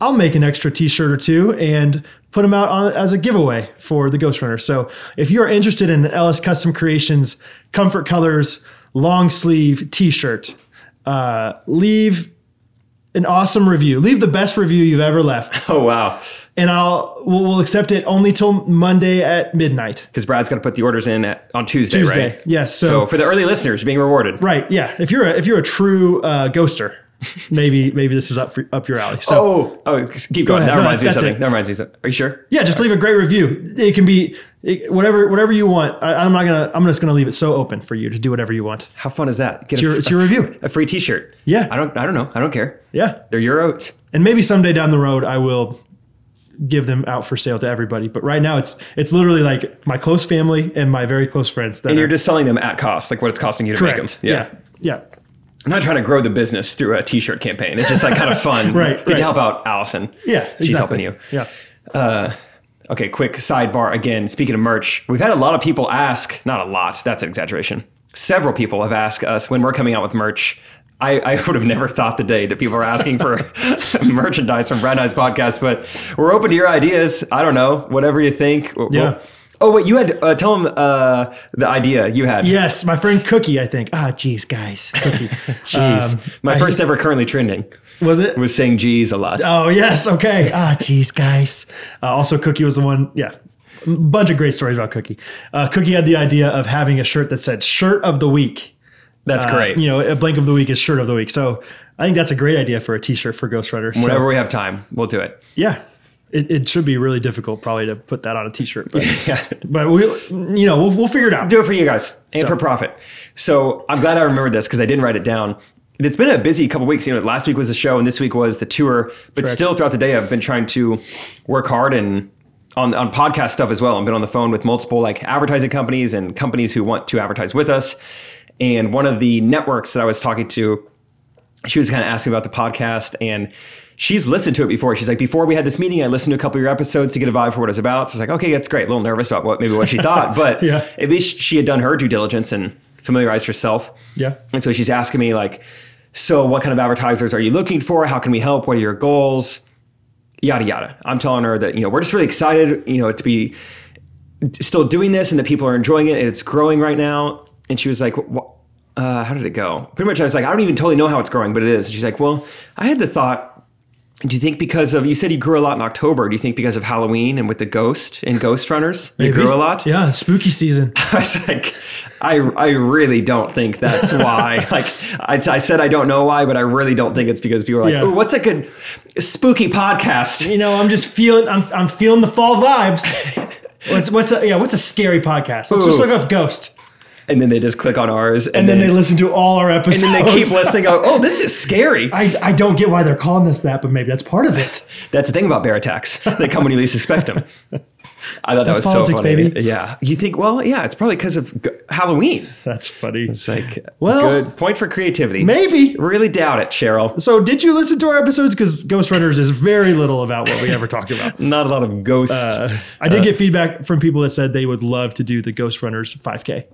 A: I'll make an extra T-shirt or two and put them out on, as a giveaway for the Ghost Runner. So if you are interested in the LS Custom Creations Comfort Colors long sleeve T-shirt, uh, leave an awesome review. Leave the best review you've ever left
B: Oh wow!
A: and I'll we'll, we'll accept it only till Monday at midnight.
B: Because Brad's going to put the orders in at, on Tuesday,
A: Tuesday.
B: right?
A: Yes. So,
B: So, for the early listeners, you're being rewarded.
A: right, yeah. If you're a if you're a true uh, ghoster, maybe maybe this is up for, up your alley. So
B: Oh, oh, keep going.
A: ahead.
B: That
A: No,
B: reminds me of
A: that's
B: something.
A: it.
B: That reminds me of something. Are you sure?
A: yeah, just leave a great review. It can be it, whatever whatever you want. I, I'm not gonna I'm just gonna leave it so open for you to do whatever you want.
B: How fun is that? Get
A: It's your,
B: a,
A: it's your review.
B: a free T-shirt.
A: Yeah.
B: I don't. I don't know. I don't care.
A: Yeah,
B: They're your oats.
A: and maybe someday down the road I will give them out for sale to everybody. But right now it's it's literally like my close family and my very close friends that
B: And
A: are
B: you're just selling them at cost, like what it's costing you to make
A: correct.
B: them.
A: yeah, yeah.
B: I'm not trying to grow the business through a t-shirt campaign. It's just like kind of fun.
A: Right,
B: Good
A: right.
B: to help out Allison.
A: Yeah,
B: She's
A: exactly.
B: helping you.
A: Yeah.
B: Okay. Quick sidebar again. Speaking of merch, we've had a lot of people ask, not a lot. That's an exaggeration. Several people have asked us when we're coming out with merch. I, I would have never thought the day that people are asking for merchandise from Brad and I's podcast, but we're open to your ideas. I don't know, whatever you think. We'll-
A: Yeah.
B: we'll- oh, wait, you had, uh, tell them uh, the idea you had.
A: Yes, my friend Cookie, I think. Ah, jeez, guys. Cookie.
B: Jeez.
A: Um,
B: My
A: I-
B: first ever currently trending
A: was it?
B: was saying G's a lot.
A: oh, yes. Okay. Ah, jeez, guys. Uh, also, Cookie was the one. Yeah. M- Bunch of great stories about Cookie. Uh, Cookie had the idea of having a shirt that said shirt of the week.
B: That's
A: Uh,
B: great.
A: You know, a blank of the week is shirt of the week. So I think that's a great idea for a t shirt for Ghost Rider. So,
B: Whenever we have time, we'll do it.
A: yeah. It, it should be really difficult probably to put that on a t shirt. But,
B: Yeah.
A: but we, you know, we'll, we'll figure it out.
B: Do it for you guys and
A: So-
B: for profit. So I'm glad I remembered this because I didn't write it down. It's been a busy couple weeks. You know, last week was the show and this week was the tour, but still throughout the day, I've been trying to work hard and on, on podcast stuff as well. I've been on the phone with multiple like advertising companies and companies who want to advertise with us. And one of the networks that I was talking to she was kind of asking about the podcast and she's listened to it before. She's like, before we had this meeting, I listened to a couple of your episodes to get a vibe for what it's about. So it's like, okay, that's great. A little nervous about what maybe what she thought, but
A: Yeah.
B: at least she had done her due diligence and familiarized herself.
A: Yeah.
B: And so she's asking me like, so what kind of advertisers are you looking for? How can we help? What are your goals? Yada yada. I'm telling her that you know we're just really excited, you know, to be still doing this and that people are enjoying it and it's growing right now. And she was like, "Wh- uh, how did it go? Pretty much, I was like, I don't even totally know how it's growing, but it is. And she's like, well, I had the thought. Do you think because of you said you grew a lot in October? Do you think because of Halloween and with the ghost and ghost runners, you
A: Maybe.
B: grew a lot?
A: Yeah. Spooky season.
B: I was like, I, I really don't think that's why. like, I, I said I don't know why, but I really don't think it's because people are like,
A: Yeah.
B: oh, what's a good spooky podcast?
A: you know, I'm just feeling, I'm, I'm feeling the fall vibes. what's, what's a, yeah, what's a scary podcast? Let's just
B: Ooh.
A: look up Ghost,
B: And then they just click on ours, and,
A: and then they listen to all our episodes.
B: and then they keep listening. Go, oh, this is scary.
A: I, I don't get why they're calling us that, but maybe that's part of it.
B: That's the thing about bear attacks. They come when you least expect them. I thought that
A: That's
B: was
A: politics,
B: so funny.
A: baby.
B: Yeah, you think? Well, yeah, it's probably because of g- Halloween.
A: That's funny.
B: It's like,
A: Well-
B: good point for creativity.
A: Maybe.
B: Really doubt it, Cheryl.
A: So, did you listen to our episodes? Because Ghost Runners is very little about what we ever talk about.
B: Not a lot of ghosts.
A: Uh, I did get feedback from people that said they would love to do the Ghost Runners 5K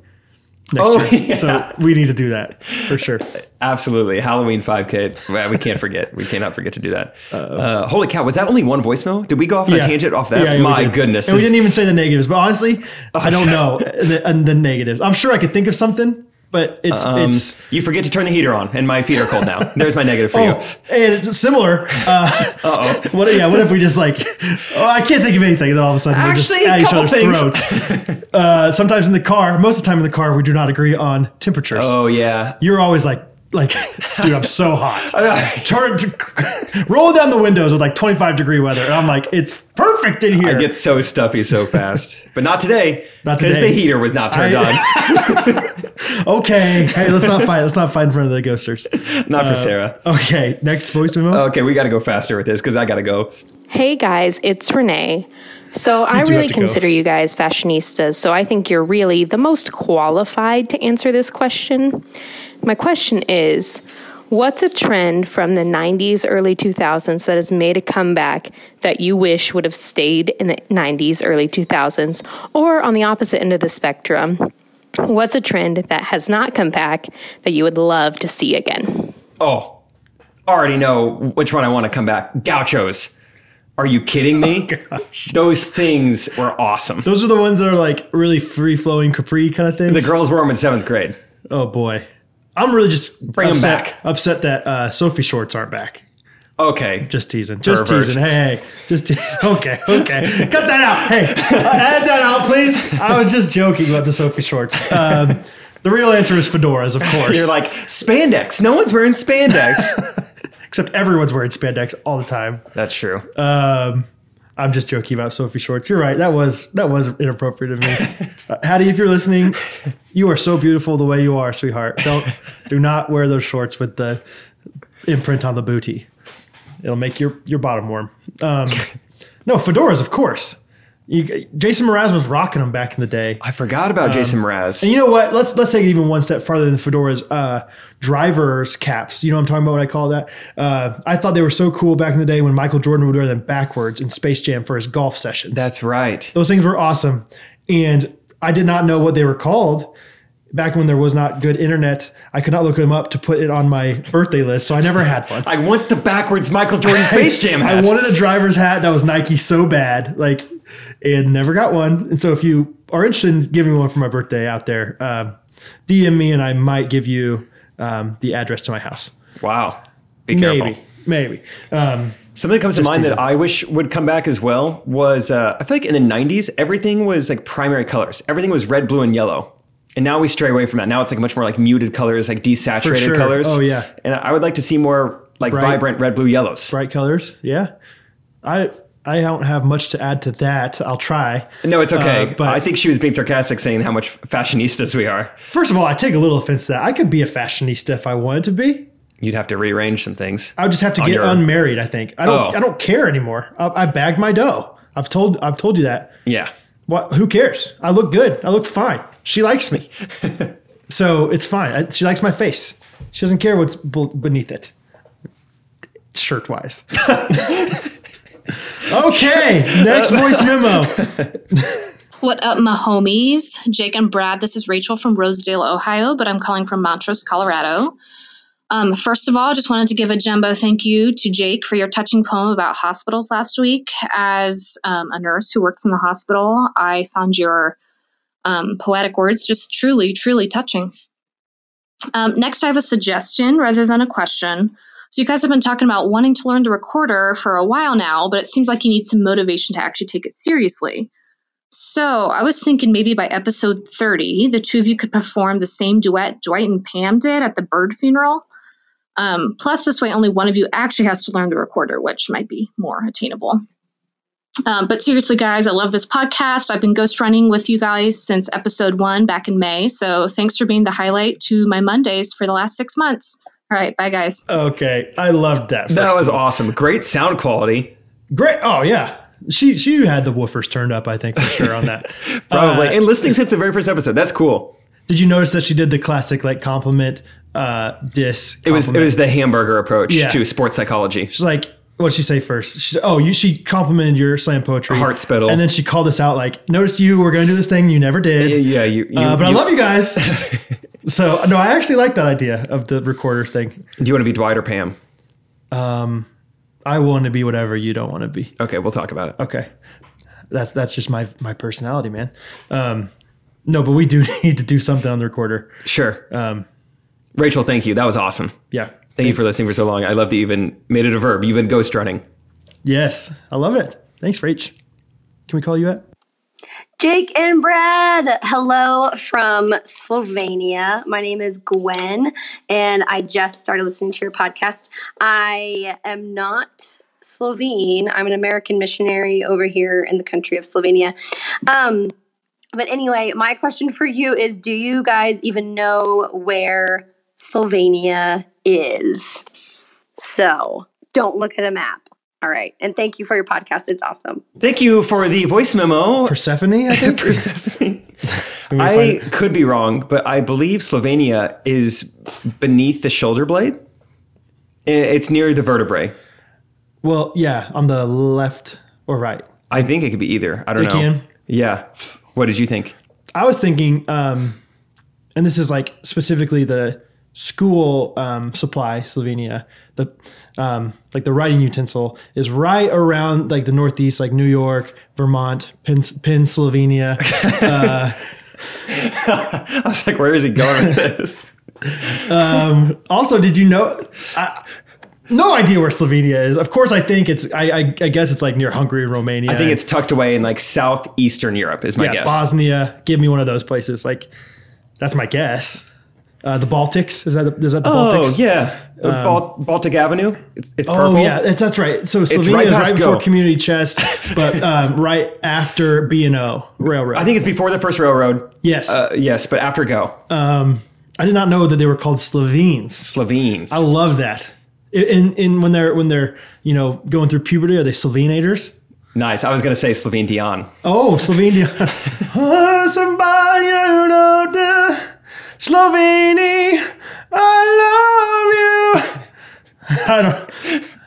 A: next
B: Oh,
A: year.
B: yeah.
A: So, we need to do that for sure.
B: Absolutely, Halloween 5K. Well, We can't forget. we cannot forget to do that. Uh, holy cow! Was that only one voicemail? Did we go off on
A: Yeah.
B: a tangent off that?
A: Yeah, yeah, we
B: My
A: did.
B: goodness!
A: And we
B: this-
A: didn't even say the negatives, but honestly, I don't know the, and the negatives. I'm sure I could think of something, but it's
B: um,
A: it's
B: you forget to turn the heater on, and my feet are cold now. There's my negative for you.
A: Oh, and it's similar. Uh,
B: Uh-oh.
A: What? Yeah. What if we just like? Oh, I can't think of anything. And then all of a sudden,
B: Actually,
A: we're
B: a
A: just at each
B: couple
A: other's throats. uh, sometimes in the car. Most of the time in the car, we do not agree on temperatures.
B: Oh yeah.
A: You're always like, like, dude, I'm so hot. Turn to, roll down the windows with like 25 degree weather, and I'm like, it's perfect in here.
B: I get so stuffy so fast, but not today.
A: Not
B: because
A: today.
B: the heater was not turned
A: I- okay. Hey, let's not fight. Let's not fight in front of the ghosters.
B: on. Not
A: Uh.
B: for Sarah.
A: Okay. Next voice memo.
B: Okay, we got to go faster with this because I got to go.
D: Hey guys, it's Renee. So I
A: do have
D: really
A: to go.
D: consider you guys fashionistas, so I think you're really the most qualified to answer this question. My question is What's a trend from the 90s, early 2000s that has made a comeback that you wish would have stayed in the 90s, early 2000s, or on the opposite end of the spectrum? What's a trend that has not come back that you would love to see again?
B: Oh, already know which one I want to come back. Gauchos. Are you kidding me? Those things were awesome.
A: Oh, Those are the ones that are like really free flowing capri kind of things.
B: The girls wore them in seventh grade.
A: Oh boy, I'm really just
B: Bring 'em
A: upset,
B: back.
A: Upset that uh, Sophie shorts aren't back.
B: Okay.
A: Just teasing. Just
B: Pervert.
A: teasing. Hey, hey. Just te- okay, okay. Cut that out. Hey, uh, edit that out, please. I was just joking about the Sophie shorts. Um, the real answer is fedoras, of course.
B: You're like, spandex. No one's wearing spandex.
A: except everyone's wearing spandex all the time.
B: That's true.
A: Um, I'm just joking about Sophie shorts. You're right. That was that was inappropriate of me. Uh, Hattie, if you're listening, you are so beautiful the way you are, sweetheart. Don't do not wear those shorts with the imprint on the booty. It'll make your your bottom warm. Um, no fedoras, of course. You, Jason Mraz was rocking them back in the day.
B: I forgot about Jason Mraz.
A: Um, And you know what? Let's let's take it even one step farther than fedoras. Uh, drivers caps. You know what I'm talking about? What I call that? Uh, I thought they were so cool back in the day when Michael Jordan would wear them backwards in Space Jam for his golf sessions.
B: That's right.
A: those things were awesome, and I did not know what they were called. Back when there was not good internet, I could not look them up to put it on my birthday list, so I never had one.
B: I want the backwards Michael Jordan Space Jam
A: I-
B: hat.
A: I wanted a driver's hat that was Nike so bad, like, and never got one. And so, if you are interested in giving me one for my birthday out there, um, DM me and I might give you um, the address to my house.
B: wow. Be careful.
A: Maybe, maybe. Um,
B: Something that comes to mind
A: teasing.
B: that I wish would come back as well was uh, I feel like in the 90s, everything was like primary colors. Everything was red, blue, and yellow. And now we stray away from that. Now it's like much more like muted colors, like desaturated
A: sure.
B: colors.
A: Oh, yeah.
B: And I would like to see more like
A: Bright-
B: vibrant red, blue, yellows.
A: bright colors, yeah. I I don't have much to add to that. I'll try.
B: No, it's okay.
A: Uh, but-
B: I think she was being sarcastic saying how much fashionistas we are.
A: First of all, I take a little offense to that. I could be a fashionista if I wanted to be.
B: You'd have to rearrange some things.
A: I would just have to
B: On
A: get
B: your own.
A: unmarried. I think I don't.
B: Oh.
A: I don't care anymore. I, I bagged my dough. I've told. I've told you that.
B: yeah.
A: What? Who cares? I look good. I look fine. She likes me, so it's fine. I, she likes my face. She doesn't care what's b- beneath it, shirt wise. okay, next voice memo.
E: What up, my homies? Jake and Brad, this is Rachel from Rosedale, Ohio, but I'm calling from Montrose, Colorado. Um, first of all, just wanted to give a jumbo thank you to Jake for your touching poem about hospitals last week. As um, a nurse who works in the hospital, I found your um, poetic words just truly, truly touching. Um, next, I have a suggestion rather than a question. So, you guys have been talking about wanting to learn the recorder for a while now, but it seems like you need some motivation to actually take it seriously. So I was thinking maybe by episode 30, the two of you could perform the same duet Dwight and Pam did at the bird funeral. Um, plus, this way, only one of you actually has to learn the recorder, which might be more attainable. Um, but seriously, guys, I love this podcast. I've been ghost running with you guys since episode one back in May. So thanks for being the highlight to my Mondays for the last six months. All right, bye, guys.
A: Okay, I loved that.
B: That
A: first
B: was
A: one.
B: awesome. Great sound quality.
A: great. Oh yeah, She she had the woofers turned up, I think, for sure on that.
B: Probably.
A: Uh,
B: and listings hits the very first episode. That's cool.
A: did you notice that she did the classic like compliment uh diss?
B: It was it
A: compliment?
B: was the hamburger approach
A: Yeah.
B: to sports psychology.
A: She's like, what'd she say first? She's oh, you she complimented your slam poetry.
B: Heart spittle.
A: And then she called us out like, notice you were gonna do this thing you never did.
B: Yeah, yeah, you- you-
A: uh, but I
B: you-
A: love you guys. so no, I actually like that idea of the recorder thing.
B: Do you want to be Dwight or Pam?
A: I want to be whatever you don't want to be.
B: Okay, we'll talk about it.
A: Okay. That's that's just my my personality, man. Um no, but we do need to do something on the recorder.
B: Sure. Um, Rachel, thank you. That was awesome.
A: Yeah.
B: Thank you for listening for so long. I love that you even made it a verb. You've been ghost running.
A: Yes. I love it. Thanks, Rach. Can we call you up?
F: Jake and Brad, hello from Slovenia. My name is Gwen, and I just started listening to your podcast. I am not Slovene, I'm an American missionary over here in the country of Slovenia. Um, but anyway, my question for you is Do you guys even know where Slovenia is? So don't look at a map. All right. And thank you for your podcast. It's awesome.
B: Thank you for the voice memo.
A: Persephone, I think. Can we find-
B: I could be wrong, but I believe Slovenia is beneath the shoulder blade. I- It's near the vertebrae.
A: well, yeah, on the left or right.
B: I think it could be either. I don't
A: They
B: know.
A: can.
B: Yeah. What did you think?
A: I was thinking, um, and this is like specifically the school um, supply, Slovenia. The um, like the writing utensil is right around like the Northeast, like New York, Vermont, Pens- Pennsylvania.
B: I was like, where is he going with this?
A: also, did you know? I, no idea where Slovenia is. Of course, I think it's. I, I, I guess it's like near Hungary, Romania.
B: I think it's tucked away in like southeastern Europe, is my
A: yeah,
B: guess.
A: Bosnia. Give me one of those places. Like that's my guess. Uh, the Baltics is that the, is that the
B: oh,
A: Baltics? Um,
B: yeah. Bal- Baltic Avenue. It's, it's
A: Oh
B: purple.
A: yeah, that's, that's right. So Slovenia
B: right
A: is
B: past
A: right before
B: Go.
A: Community Chest, but um, right after B and O Railroad.
B: I think it's before the first railroad.
A: yes.
B: Uh, yes, but after go.
A: Uh, I did not know that they were called Slovenes.
B: Slovenes.
A: I love that. In, in, in when they're when they're you know going through puberty, are they Slovenators?
B: nice. I was going to say Slovene Dion.
A: Oh, Slovenia. oh, somebody who know the Slovenia, I love you. I don't.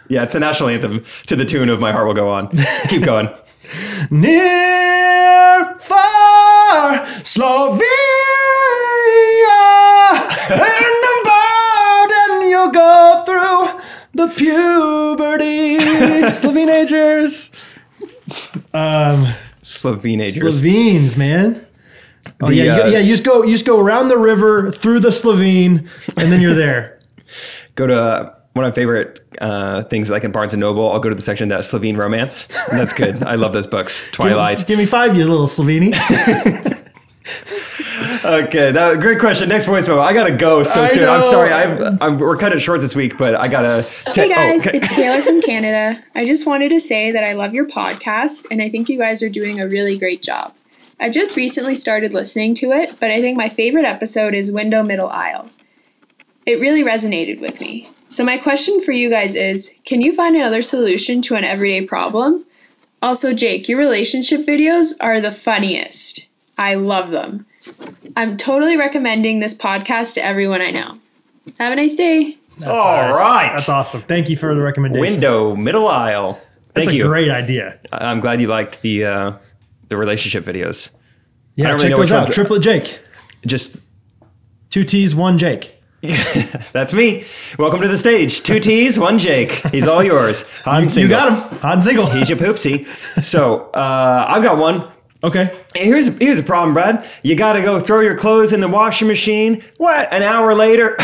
B: Yeah, it's the national anthem to the tune of My Heart Will Go On. Keep going.
A: Near, far, Slovenia, and the burden you'll go through the puberty, Slovenagers. Um,
B: Slovenagers.
A: Slovenes, man. Oh
B: The,
A: yeah, you,
B: uh,
A: go- yeah. You just go, you just go around the river through the Slovene, and then you're there.
B: go to uh, one of my favorite uh, things like in Barnes and Noble. I'll go to the section that Slovene romance. And that's good. I love those books. Twilight.
A: Give me five, you little Slovene.
B: Okay, that great question. Next voicemail. I gotta go so
A: I
B: soon. I'm
A: know.
B: sorry. I'm, I'm we're cutting it short this week, but I gotta.
G: Hey guys,
B: oh, okay.
G: it's Taylor from Canada. I just wanted to say that I love your podcast and I think you guys are doing a really great job. I just recently started listening to it, but I think my favorite episode is Window Middle Aisle. It really resonated with me. So, my question for you guys is can you find another solution to an everyday problem? Also, Jake, your relationship videos are the funniest. I love them. I'm totally recommending this podcast to everyone I know. Have a nice day.
B: All right.
A: that's awesome. Thank you for the recommendation.
B: window middle aisle. Thank
A: That's a
B: you.
A: great idea.
B: I- I'm glad you liked the uh, the relationship videos.
A: Yeah,
B: don't really
A: check
B: know which
A: those out.
B: ones-
A: Triplet Jake.
B: Just
A: Two T's, one Jake.
B: that's me. Welcome to the stage. Two T's, one Jake. He's all yours. Hot and
A: You
B: single.
A: got him. Hot and single.
B: He's your poopsie. So uh, I've got one.
A: okay.
B: Here's here's a problem, Brad. You got to go throw your clothes in the washing machine. What? An hour later.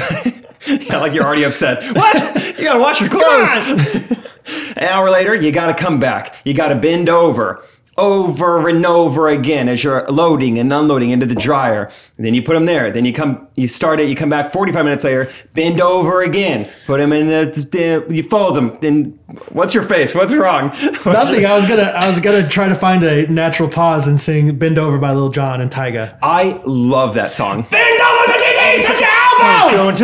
B: yeah, like you're already upset. What? You got to wash your clothes. An hour later, you got to come back. You got to bend over, over and over again as you're loading and unloading into the dryer. then you put them there. Then you come, you start it. You come back 45 minutes later. Bend over again. Put them in the. You fold them. Then what's your face? What's wrong?
A: Nothing. I was gonna. I was gonna try to find a natural pause and sing "Bend Over" by Lil Jon and Tyga.
B: I love that song. Bend over the TVs at your elbows!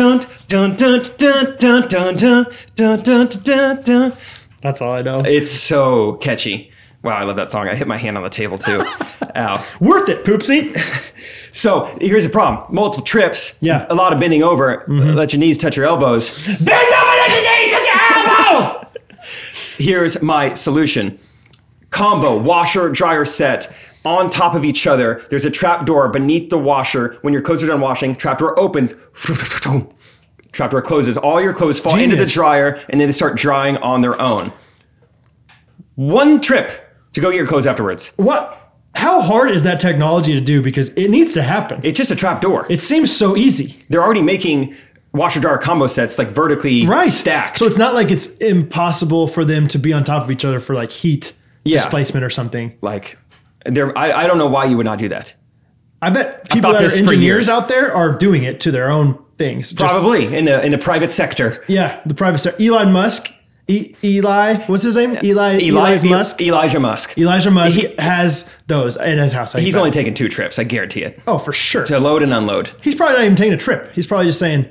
B: Dun, dun, dun, dun, dun, dun, dun, dun, dun, dun, dun, dun.
A: That's all I know.
B: It's so catchy. Wow, I love that song. I hit my hand on the table too. Ow.
A: Worth it, poopsie.
B: So here's the problem: multiple trips.
A: Yeah.
B: a lot of bending over. Let your knees touch your elbows. Bend over, let your knees touch your elbows. here's my solution: combo washer dryer set on top of each other. There's a trap door beneath the washer. When your clothes are done washing, trap door opens. Trap door closes. All your clothes fall into the
A: Genius.
B: dryer, and then they start drying on their own. One trip to go get your clothes afterwards.
A: What? How hard is that technology to do? Because it needs to happen.
B: It's just a trap door.
A: it seems so easy.
B: they're already making washer dryer combo sets like vertically stacked.
A: So it's not like it's impossible for them to be on top of each other for like heat
B: Yeah.
A: displacement or something.
B: like there. I, I don't know why you would not do that.
A: I bet people
B: thought
A: that are
B: this for
A: engineers
B: years.
A: out there are doing it to their own things. Just-
B: Probably in the in the private sector.
A: yeah, the private sector. Elon Musk, e- Eli, what's his name? Eli, Eli,
B: Eli-
A: Musk.
B: Elijah Musk.
A: Elijah Musk
B: He-
A: has those in his house. I
B: He's
A: bet.
B: only taken two trips. I guarantee it.
A: oh for sure.
B: To load and unload.
A: He's probably not even taking a trip. He's probably just saying,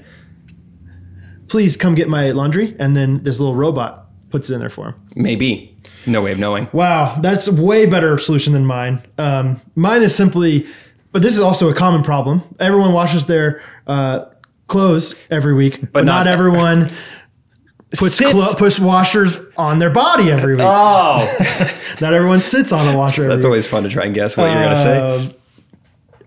A: "Please come get my laundry," and then this little robot puts it in there for him.
B: Maybe. No way of knowing.
A: Wow, that's a way better solution than mine. Um, mine is simply, but this is also a common problem. Everyone washes their uh, clothes every week, but,
B: not-
A: not, everyone puts
B: Sits-
A: clo- puts washers on their body every week.
B: Oh,
A: not everyone sits on a washer. Every
B: that's
A: week.
B: always fun to try and guess what you're gonna say.
A: Um,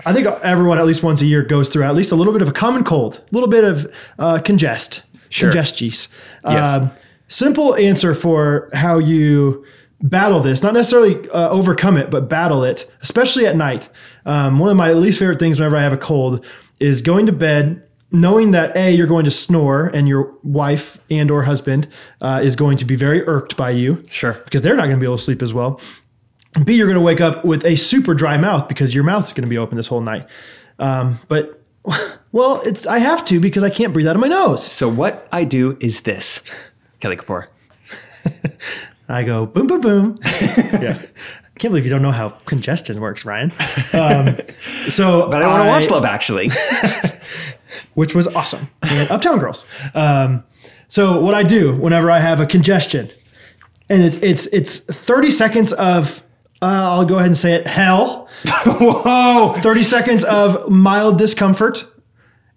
A: I think everyone at least once a year goes through at least a little bit of a common cold, a little bit of uh, congest,
B: Sure.
A: congesties. Uh,
B: Yes.
A: simple answer for how you battle this, not necessarily uh, overcome it, but battle it, especially at night. Um, one of my least favorite things whenever I have a cold is going to bed knowing that a you're going to snore and your wife and or husband uh, is going to be very irked by you
B: Sure.
A: because they're not going to be able to sleep as well B, you're going to wake up with a super dry mouth because your mouth's going to be open this whole night. Um, but well, it's I have to because I can't breathe out of my nose.
B: So what I do is this. Kelly Kapoor.
A: I go boom, boom, boom. yeah, I can't believe you don't know how congestion works, Ryan. Um, so,
B: But I want to watch Love Actually.
A: which was awesome. And Uptown Girls. Um, so what I do whenever I have a congestion, and it, it's it's 30 seconds of uh, I'll go ahead and say it hell.
B: Whoa.
A: 30 seconds of mild discomfort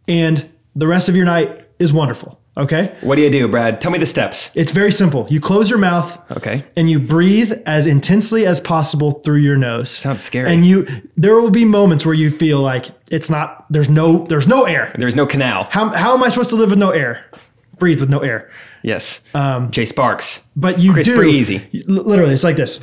A: and the rest of your night is wonderful okay
B: What do you do, Brad? Tell me the steps.
A: it's very simple you close your mouth
B: Okay.
A: and you breathe as intensely as possible through your nose
B: Sounds scary.
A: and you there will be moments where you feel like it's not there's no there's no air
B: There's no canal.
A: how, how am i supposed to live with no air breathe with no air
B: Yes. Um, Jay Sparks.
A: but you
B: Chris
A: do
B: Breezy.
A: you- li- literally it's like this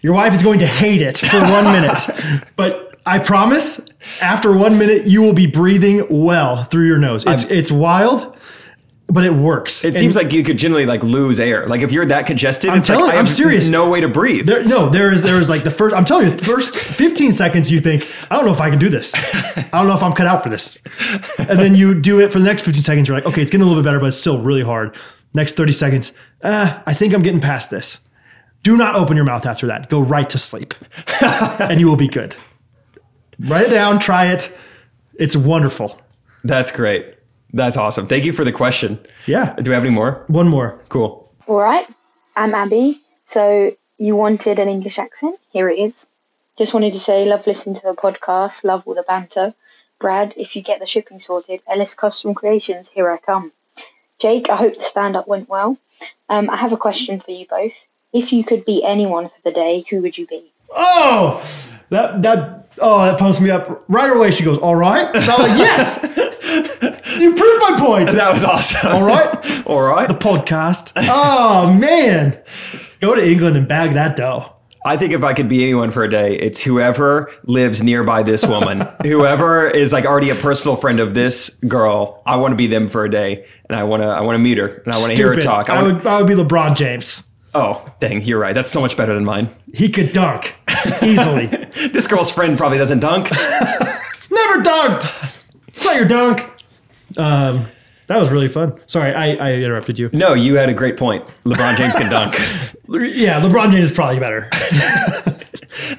A: your wife is going to hate it for one minute but i promise after one minute you will be breathing well through your nose it's, it's wild but it works
B: It seems like you could generally like lose air. Like if you're that congested,
A: I'm
B: it's like
A: telling-
B: I
A: I'm
B: have
A: serious.
B: No way to breathe.
A: There, no, there is there is like the first. I'm telling you, the first 15 seconds you think, I don't know if I can do this. I don't know if I'm cut out for this. And then you do it for the next 15 seconds. You're like, okay, it's getting a little bit better, but it's still really hard. Next 30 seconds, uh, I think I'm getting past this. Do not open your mouth after that. Go right to sleep, and you will be good. Write it down. Try it. It's wonderful.
B: That's great. That's awesome. Thank you for the question.
A: Yeah.
B: Do we have any more?
A: One more.
B: Cool.
H: All right, I'm Abby. So you wanted an English accent? Here it is. Just wanted to say, love listening to the podcast, love all the banter. Brad, if you get the shipping sorted, Ellis Custom Creations, here I come. Jake, I hope the stand up went well. Um, I have a question for you both. If you could be anyone for the day, who would you be?
A: Oh, that that oh that pumps me up right away. She goes, all right. And I'm like, yes. You proved my point.
B: That was awesome.
A: All right.
B: All right.
A: Podcast. Oh, man. Go to England and bag that dough.
B: I think if I could be anyone for a day, it's whoever lives nearby this woman, whoever is like already a personal friend of this girl. I want to be them for a day, and I want to. I want to meet her, and I want to hear her
A: Stupid.
B: talk.
A: I,
B: wanna-
A: would, I would be LeBron James.
B: Oh, dang! You're right. That's so much better than mine.
A: He could dunk easily.
B: This girl's friend probably doesn't dunk.
A: Never dunked. It's not your dunk. Um, that was really fun. Sorry, I, I interrupted you.
B: No, you had a great point. LeBron James can dunk.
A: Yeah, LeBron James is probably better.
B: I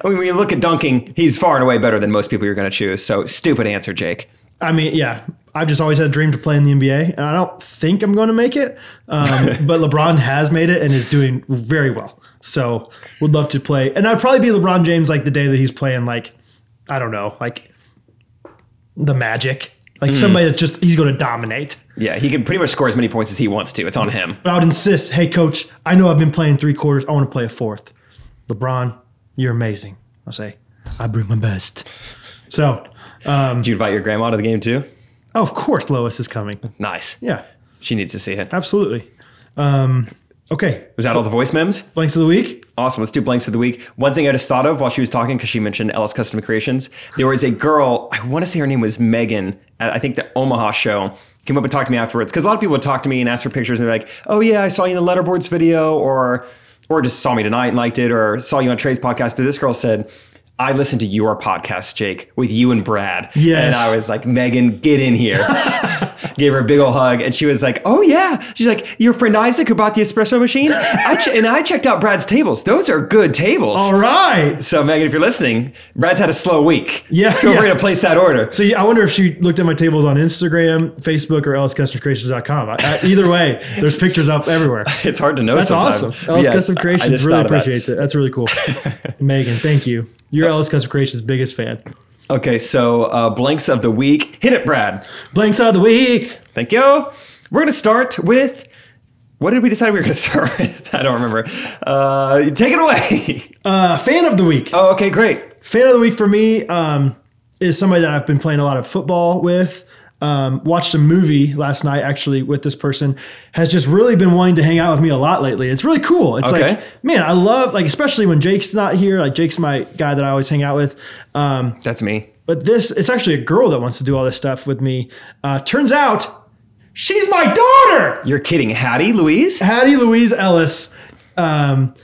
B: mean, when you look at dunking, he's far and away better than most people you're going to choose. So, stupid answer, Jake.
A: I mean, yeah, I've just always had a dream to play in the NBA, and I don't think I'm going to make it. Um, but LeBron has made it and is doing very well. So would love to play, and I'd probably be LeBron James like the day that he's playing like I don't know, like the Magic, like somebody that's just he's going to dominate.
B: Yeah, he can pretty much score as many points as he wants to. It's on him.
A: But I would insist, hey coach, I know I've been playing three quarters. I want to play a fourth. LeBron, you're amazing. I'll say, I bring my best. So,
B: Did you invite your grandma to the game too?
A: oh, of course, Lois is coming.
B: Nice.
A: Yeah,
B: She needs to see it.
A: absolutely. Um, okay,
B: Was that all the voice memes?
A: blanks of the week.
B: Awesome. Let's do blanks of the week. One thing I just thought of while she was talking, because she mentioned Ellis Custom Creations, there was a girl, I want to say her name was Megan, at I think the Omaha show, came up and talked to me afterwards. Because a lot of people would talk to me and ask for pictures and they're like, oh, yeah, I saw you in the Letterboards video, or, or just saw me tonight and liked it, or saw you on Trey's podcast. But this girl said, I listened to your podcast, Jake, with you and Brad.
A: Yes.
B: And I was like, Megan, get in here. Gave her a big old hug, and she was like, "Oh yeah." She's like, "Your friend Isaac who bought the espresso machine, I ch- and I checked out Brad's tables. Those are good tables."
A: All right.
B: So Megan, if you're listening, Brad's had a slow week.
A: Yeah,
B: feel free
A: yeah.
B: to place that order.
A: So yeah, I wonder if she looked at my tables on Instagram, Facebook, or lscustomcreations.com. I, I, either way, there's pictures up everywhere.
B: It's hard to know.
A: That's
B: sometimes.
A: awesome.
B: But
A: LS
B: yeah,
A: Custom
B: I- I
A: Creations
B: just
A: really
B: thought of that.
A: appreciates it. That's really cool. Megan, thank you. You're LS Custom Creations' biggest fan.
B: Okay, so uh, blanks of the week. Hit it, Brad.
A: Blanks out of the week.
B: Thank you. We're gonna start with. What did we decide we were gonna start with? I don't remember. Uh, take it away.
A: Uh, fan of the week.
B: oh, okay, great.
A: Fan of the week for me um, is somebody that I've been playing a lot of football with. Um, watched a movie last night actually with this person has just really been wanting to hang out with me a lot lately. It's really cool. It's
B: Okay.
A: like, man, I love like especially when Jake's not here. Like Jake's my guy that I always hang out with. Um,
B: That's me.
A: but this it's actually a girl that wants to do all this stuff with me. Uh, turns out she's my daughter.
B: You're kidding, Hattie Louise.
A: Hattie Louise Ellis. Um,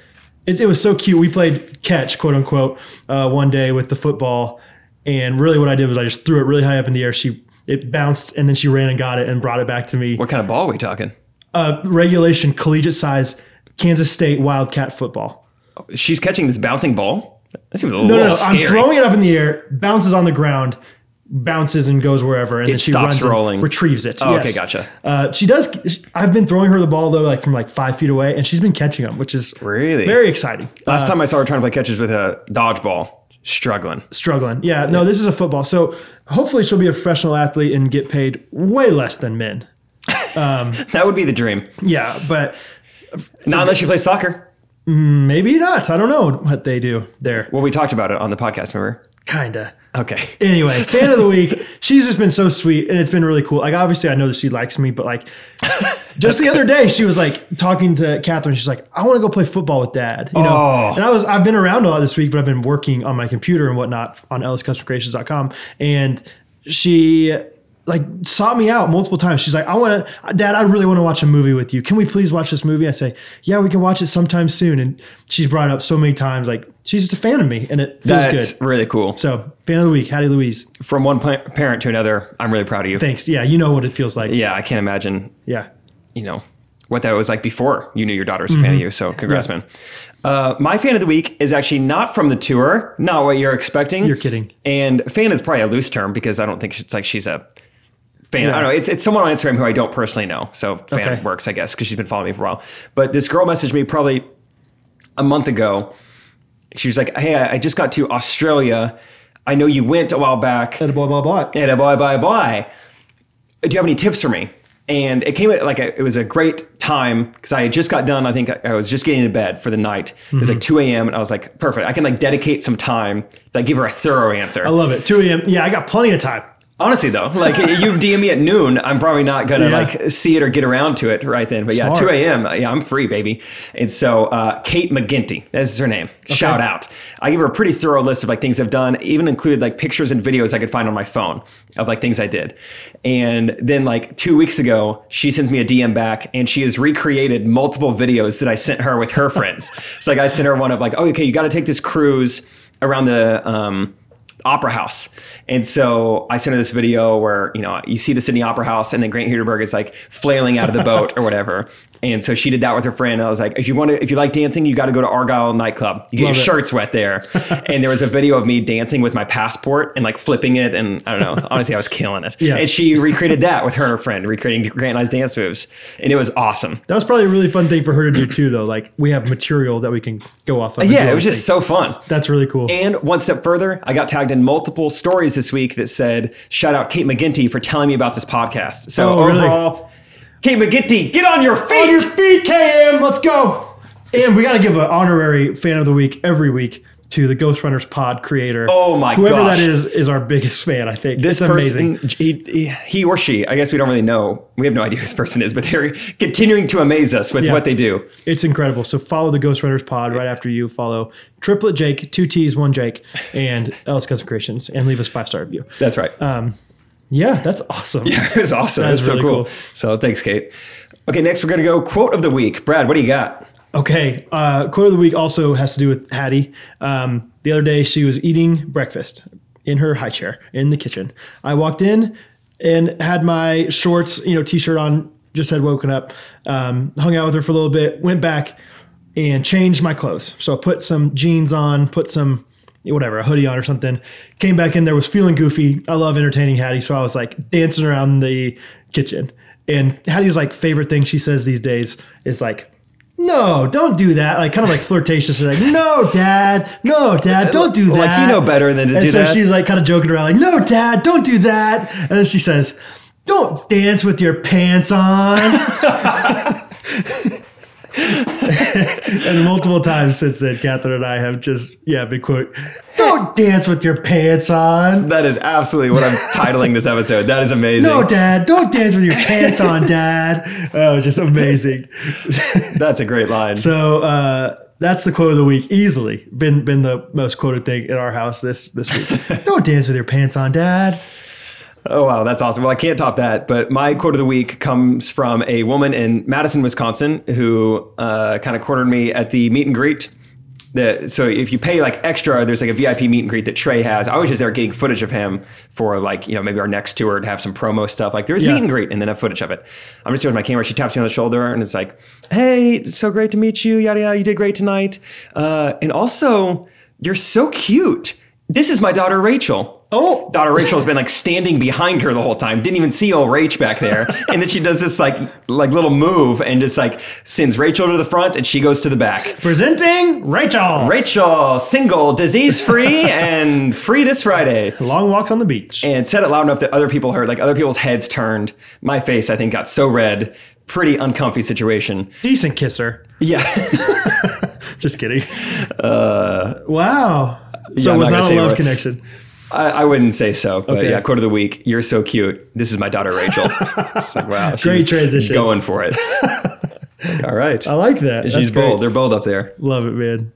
A: it, it was so cute. We played catch, quote unquote, uh, one day with the football, and really what I did was I just threw it really high up in the air. She it bounced and then she ran and got it and brought it back to me.
B: What kind of ball are we talking?
A: Uh, regulation collegiate size Kansas State Wildcat football.
B: She's catching this bouncing ball. That seems a little
A: No, no, no.
B: scary.
A: I'm throwing it up in the air, bounces on the ground, bounces and goes wherever, and then she
B: stops
A: runs and
B: rolling.
A: retrieves it.
B: Oh, okay,
A: Yes.
B: gotcha.
A: Uh, she does. I've been throwing her the ball though, like from like five feet away, and she's been catching them, which is
B: Really?
A: very Uh, exciting.
B: Last time I saw her trying to play catches with a dodgeball, struggling.
A: struggling. Yeah, no, this is a football. So hopefully she'll be a professional athlete and get paid way less than men.
B: That would be the dream.
A: Yeah, but
B: Not unless she plays soccer.
A: maybe not. I don't know what they do there.
B: Well, we talked about it on the podcast, remember?
A: Kinda.
B: Okay.
A: Anyway, fan of the week. She's just been so sweet and it's been really cool. Like obviously I know that she likes me, but like just the other day she was like talking to Catherine. She's like, I want to go play football with dad. You know?
B: Oh.
A: And I was I've been around a lot this week, but I've been working on my computer and whatnot on elliscustomcreations.com. And she like sought me out multiple times. She's like, I want to, Dad, I really want to watch a movie with you. Can we please watch this movie? I say, Yeah, we can watch it sometime soon. And she's brought it up so many times. Like she's just a fan of me, and it feels
B: That's
A: good.
B: really cool.
A: So, fan of the week, Hattie Louise.
B: From one pa- parent to another, I'm really proud of you.
A: Thanks. Yeah, you know what it feels like.
B: yeah, I can't imagine,
A: Yeah.
B: you know, what that was like before you knew your daughter was a fan of you. So, congrats,
A: Mm-hmm. Yeah.
B: man. Uh, my fan of the week is actually not from the tour, not what you're expecting.
A: You're kidding.
B: And fan is probably a loose term because I don't think it's like she's a fan. I don't know. It's, it's someone on Instagram who I don't personally know. So fan
A: Okay.
B: works, I guess, because she's been following me for a while. But this girl messaged me probably a month ago. She was like, Hey, I I just got to Australia. I know you went a while back
A: And blah, blah, blah.
B: and a bye bye bye. Do you have any tips for me? And it came at like a, it was a great time because I had just got done. I think I, I was just getting to bed for the night. It was like 2 a.m. and I was like, perfect. I can like dedicate some time to like give her a thorough answer.
A: I love it. 2 a.m. Yeah, I got plenty of time.
B: Honestly though, like you DM me at noon, I'm probably not gonna
A: Yeah.
B: like see it or get around to it right then. But
A: Smart.
B: yeah, 2 a.m. Yeah, I'm free, baby. And so uh, Kate McGinty, that's her name. Shout out. I gave her a pretty thorough list of like things I've done, even included like pictures and videos I could find on my phone of like things I did. And then like two weeks ago, she sends me a DM back and she has recreated multiple videos that I sent her with her friends. so like I sent her one of like, oh, okay, you gotta take this cruise around the um Opera House. And so I sent her this video where, you know, you see the Sydney Opera House and then Grant Huderberg is like flailing out of the boat or whatever. And so she did that with her friend. I was like, if you want to, if you like dancing, you got to go to Argyle nightclub. You get
A: Love
B: your
A: it.
B: shirts wet there. and there was a video of me dancing with my passport and like flipping it. And I don't know, honestly, I was killing it.
A: Yeah.
B: And she recreated that with her and her friend, recreating Grant and I's dance moves. And it was awesome.
A: That was probably a really fun thing for her to do too, though. Like we have material that we can go off of. and
B: Yeah,
A: do
B: it was
A: our
B: just
A: thing.
B: so fun.
A: That's really cool.
B: And one step further, I got tagged in multiple stories this week that said, shout out Kate McGinty for telling me about this podcast. So
A: Oh, really?
B: overall, Kate McGinty, get on your feet.
A: On your feet, KM. Let's go. And we got to give an honorary fan of the week every week to the Ghost Runners pod creator.
B: Oh my
A: Whoever
B: gosh.
A: that is is our biggest fan. I think
B: this
A: it's amazing.
B: person, he, he or she, I guess we don't really know. We have no idea who this person is, but they're continuing to amaze us with
A: Yeah.
B: what they do.
A: It's incredible. So follow the Ghost Runners pod right after you follow Triplet Jake, two T's, one Jake, and Ellis Custom Creations, and leave us five star review.
B: That's right.
A: Yeah, that's awesome.
B: it was awesome.
A: Um, that
B: It was
A: is
B: so
A: really
B: cool.
A: cool.
B: So thanks, Kate. Okay, next we're going to go quote of the week. Brad, what do you got?
A: Okay. Uh, quote of the week also has to do with Hattie. Um, the other day, she was eating breakfast in her high chair in the kitchen. I walked in and had my shorts, you know, t-shirt on. Just had woken up, um, hung out with her for a little bit, went back and changed my clothes. So I put some jeans on, put some whatever, a hoodie on or something. Came back in there, was feeling goofy. I love entertaining Hattie, so I was like dancing around the kitchen. And Hattie's like favorite thing she says these days is like, "No, don't do that." Like kind of like flirtatious, like, "No, Dad, no, Dad, don't do that."
B: Like, you know better than to
A: and
B: do
A: so
B: that.
A: she's like kind of joking around, like, "No, Dad, don't do that." And then she says, "Don't dance with your pants on." and multiple times since then, Catherine and I have just yeah been quote, "Don't dance with your pants on."
B: That is absolutely what I'm titling this episode. That is amazing.
A: No, Dad, don't dance with your pants on, Dad. Oh, just amazing.
B: That's a great line.
A: So uh, that's the quote of the week. Easily been been the most quoted thing in our house this this week. Don't dance with your pants on, Dad.
B: Oh wow, that's awesome. Well, I can't top that. But my quote of the week comes from a woman in Madison, Wisconsin, who uh, kind of cornered me at the meet and greet. The, so if you pay like extra, there's like a VIP meet and greet that Trey has. I was just there getting footage of him for like you know maybe our next tour to have some promo stuff. Like there's
A: Yeah.
B: meet and greet and then have footage of it. I'm just here with my camera. She taps me on the shoulder and it's like, hey, it's so great to meet you. Yada yada. You did great tonight. Uh, and also, you're so cute. This is my daughter Rachel.
A: Oh.
B: daughter Rachel has been like standing behind her the whole time. Didn't even see old Rach back there. And then she does this like like little move and just like sends Rachel to the front and she goes to the back.
A: Presenting Rachel.
B: Rachel, single, disease free, and free this Friday.
A: Long walk on the beach.
B: And said it loud enough that other people heard, like other people's heads turned. My face, I think, got so red. Pretty uncomfy situation.
A: Decent kisser.
B: Yeah.
A: Just kidding. wow.
B: Uh, yeah,
A: So
B: I'm
A: it was
B: not gonna
A: not
B: say
A: a
B: it
A: love
B: was-
A: connection.
B: I, I wouldn't say so, but
A: Okay.
B: yeah, quote of the week. You're so cute. This is my daughter Rachel. It's like, wow, she's
A: Great transition.
B: Going for it. All right,
A: I like that. That's
B: she's
A: great.
B: bold. They're bold up there.
A: Love it, man.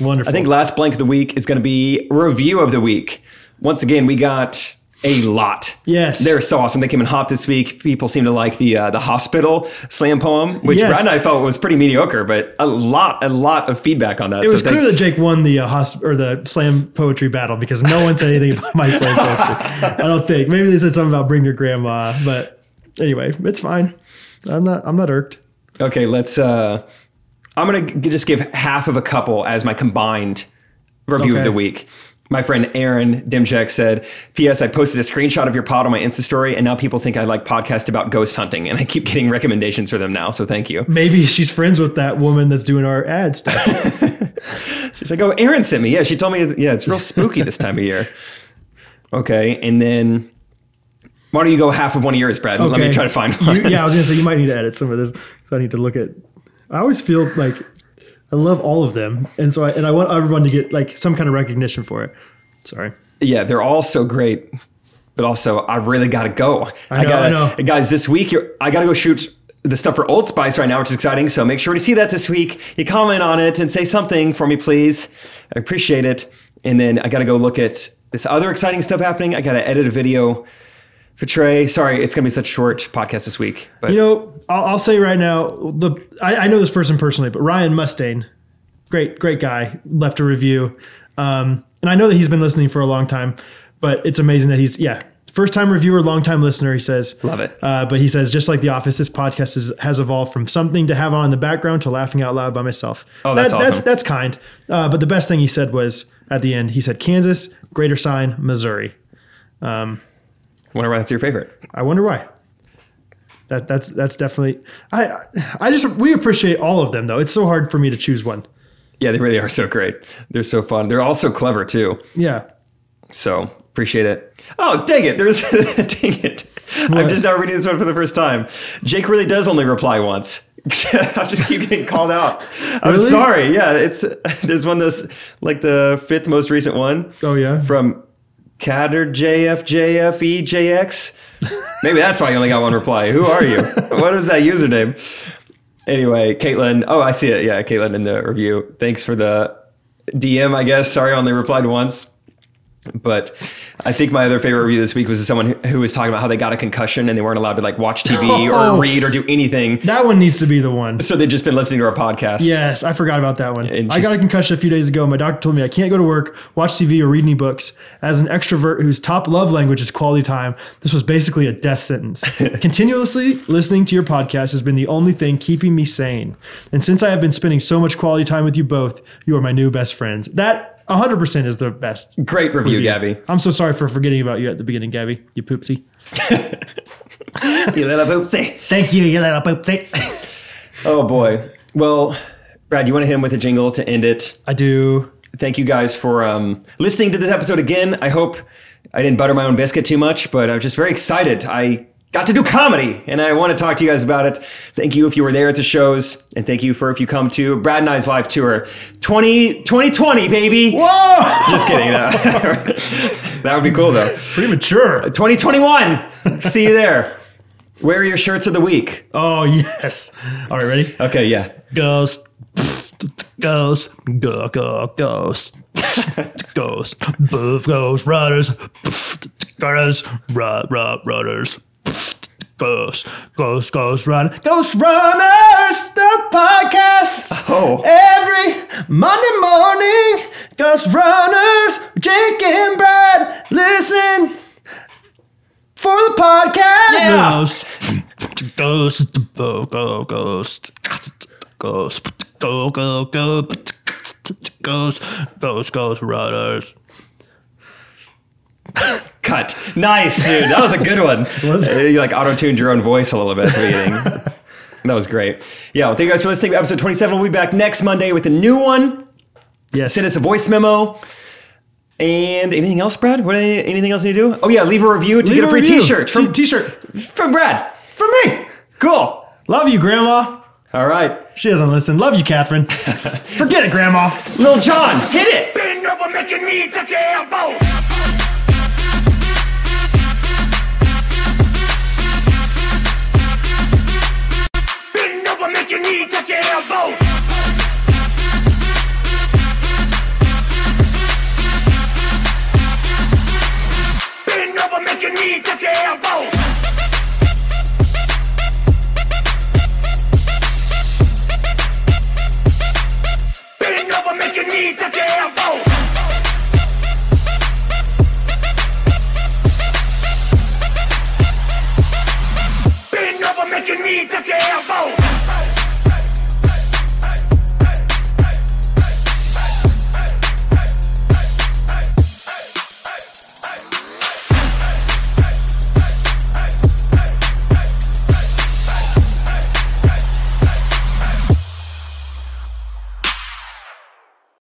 A: Wonderful.
B: I think last blank of the week is going to be review of the week. Once again, we got a lot.
A: Yes.
B: they're so awesome. They came in hot this week. People seem to like the uh, the hospital slam poem, which
A: Yes.
B: Brad and I felt was pretty mediocre, but a lot, a lot of feedback on that.
A: it was
B: thank-
A: clear that Jake won the uh, hosp- or the slam poetry battle because no one said anything about my slam poetry. I don't think. Maybe they said something about bring your grandma, but anyway, it's fine. I'm not. I'm not irked.
B: Okay, let's. uh I'm gonna g- just give half of a couple as my combined review of
A: Okay.
B: the week. My friend Aaron Dimchek said, "P.S. I posted a screenshot of your pod on my Insta story, and now people think I like podcasts about ghost hunting, and I keep getting recommendations for them now. So thank you."
A: Maybe she's friends with that woman that's doing our ad stuff.
B: She's like, "Oh, Aaron sent me. Yeah, she told me. Yeah, it's real spooky this time of year." Okay, and then why don't you go half of one of yours, Brad? and Let me
A: Okay.
B: try to find one.
A: You, yeah, I was gonna say you might need to edit some of this. 'cause I need to look at. I always feel like I love all of them, and so I and I want everyone to get like some kind of recognition for it. Sorry.
B: yeah, they're all so great, but also I really gotta go. I,
A: know,
B: gotta,
A: I know.
B: guys. This week, you're, I gotta go shoot the stuff for Old Spice right now, which is exciting. So make sure to see that this week. You comment on it and say something for me, please. I appreciate it. And then I gotta go look at this other exciting stuff happening. I gotta edit a video for Trey. Sorry, it's gonna be such a short podcast this week. But
A: You know, I'll, I'll say right now, the I, I know this person personally, but Ryan Mustaine, great, great guy, left a review. Um, and I know that he's been listening for a long time, but it's amazing that he's yeah first time reviewer, long time listener. He says
B: Love it.
A: uh, but he says just like The Office, this podcast is, has evolved from something to have on in the background to laughing out loud by myself.
B: Oh, that's
A: that's
B: awesome.
A: that's kind. Uh, but the best thing he said was at the end. He said Kansas, greater sign, Missouri.
B: Wonder why that's your favorite.
A: I wonder why. That that's that's definitely. I I just we appreciate all of them though. It's so hard for me to choose one.
B: Yeah, they really are so great. They're so fun. They're all so clever too.
A: Yeah.
B: So appreciate it. Oh, dang it. There's dang it. I'm
A: What?
B: just now reading this one for the first time. Jake really does only reply once. I just keep getting called out. I'm
A: Really?
B: sorry. Yeah, it's there's one that's like the fifth most recent one
A: Oh yeah.
B: from Catter JFJFEJX. E, Maybe that's why you only got one reply. Who are you? what is that username? Anyway, Caitlin. Oh, I see it. Yeah, Caitlin in the review. Thanks for the DM, I guess. Sorry, I only replied once. But I think my other favorite review this week was someone who- who was talking about how they got a concussion and they weren't allowed to like watch TV
A: Oh.
B: or read or do anything.
A: that one needs to be the one.
B: So they've just been listening to our podcast.
A: Yes, I forgot about that one.
B: And
A: I got a
B: just-
A: concussion a few days ago. My doctor told me I can't go to work, watch TV, or read any books. As an extrovert whose top love language is quality time, this was basically a death sentence. Continuously listening to your podcast has been the only thing keeping me sane. And since I have been spending so much quality time with you both, you are my new best friends. That 100% is the best.
B: Great review, Gabby.
A: I'm so sorry for forgetting about you at the beginning, Gabby. You poopsie.
B: You little poopsie.
A: Thank you, you little poopsie.
B: Oh boy. Well, Brad, you want to hit him with a jingle to end it?
A: I do.
B: thank you guys for um, listening to this episode again. I hope I didn't butter my own biscuit too much, but I'm just very excited. I got to do comedy, and I want to talk to you guys about it. Thank you if you were there at the shows, and thank you for if you come to Brad and I's live tour 20, 2020, baby.
A: Whoa!
B: Just kidding. No. that would be cool, though.
A: Pretty mature.
B: 2021. See you there. Wear your shirts of the week.
A: Oh, yes. All right, ready?
B: Okay, yeah.
A: ghost ghost go go ghost ghost boof ghost rudders rudders rud rud rudders ghost ghost ghost run ghost runners the podcast
B: Oh.
A: every monday morning ghost runners jake and brad listen for the podcast ghost ghost go go ghost ghost go go go ghost ghost ghost runners
B: Cut. Nice, dude. That was a good one.
A: Was it?
B: Uh, You like auto tuned your own voice a little bit at the beginning. that was great. Yeah. Well, thank you guys for listening to episode 27. We'll be back next Monday with a new one.
A: yes
B: Send us a voice memo. And anything else, Brad? What anything else you need to do? Oh yeah, leave a review to get a free
A: review.
B: T-shirt from,
A: T- t-shirt
B: from Brad.
A: from me
B: Cool.
A: love you grandma
B: All right,
A: she doesn't listen love you catherine forget it grandma
B: Lil John, hit it.
I: Bend over, make your knees touch your elbows. Bend over, make your knees touch your elbows.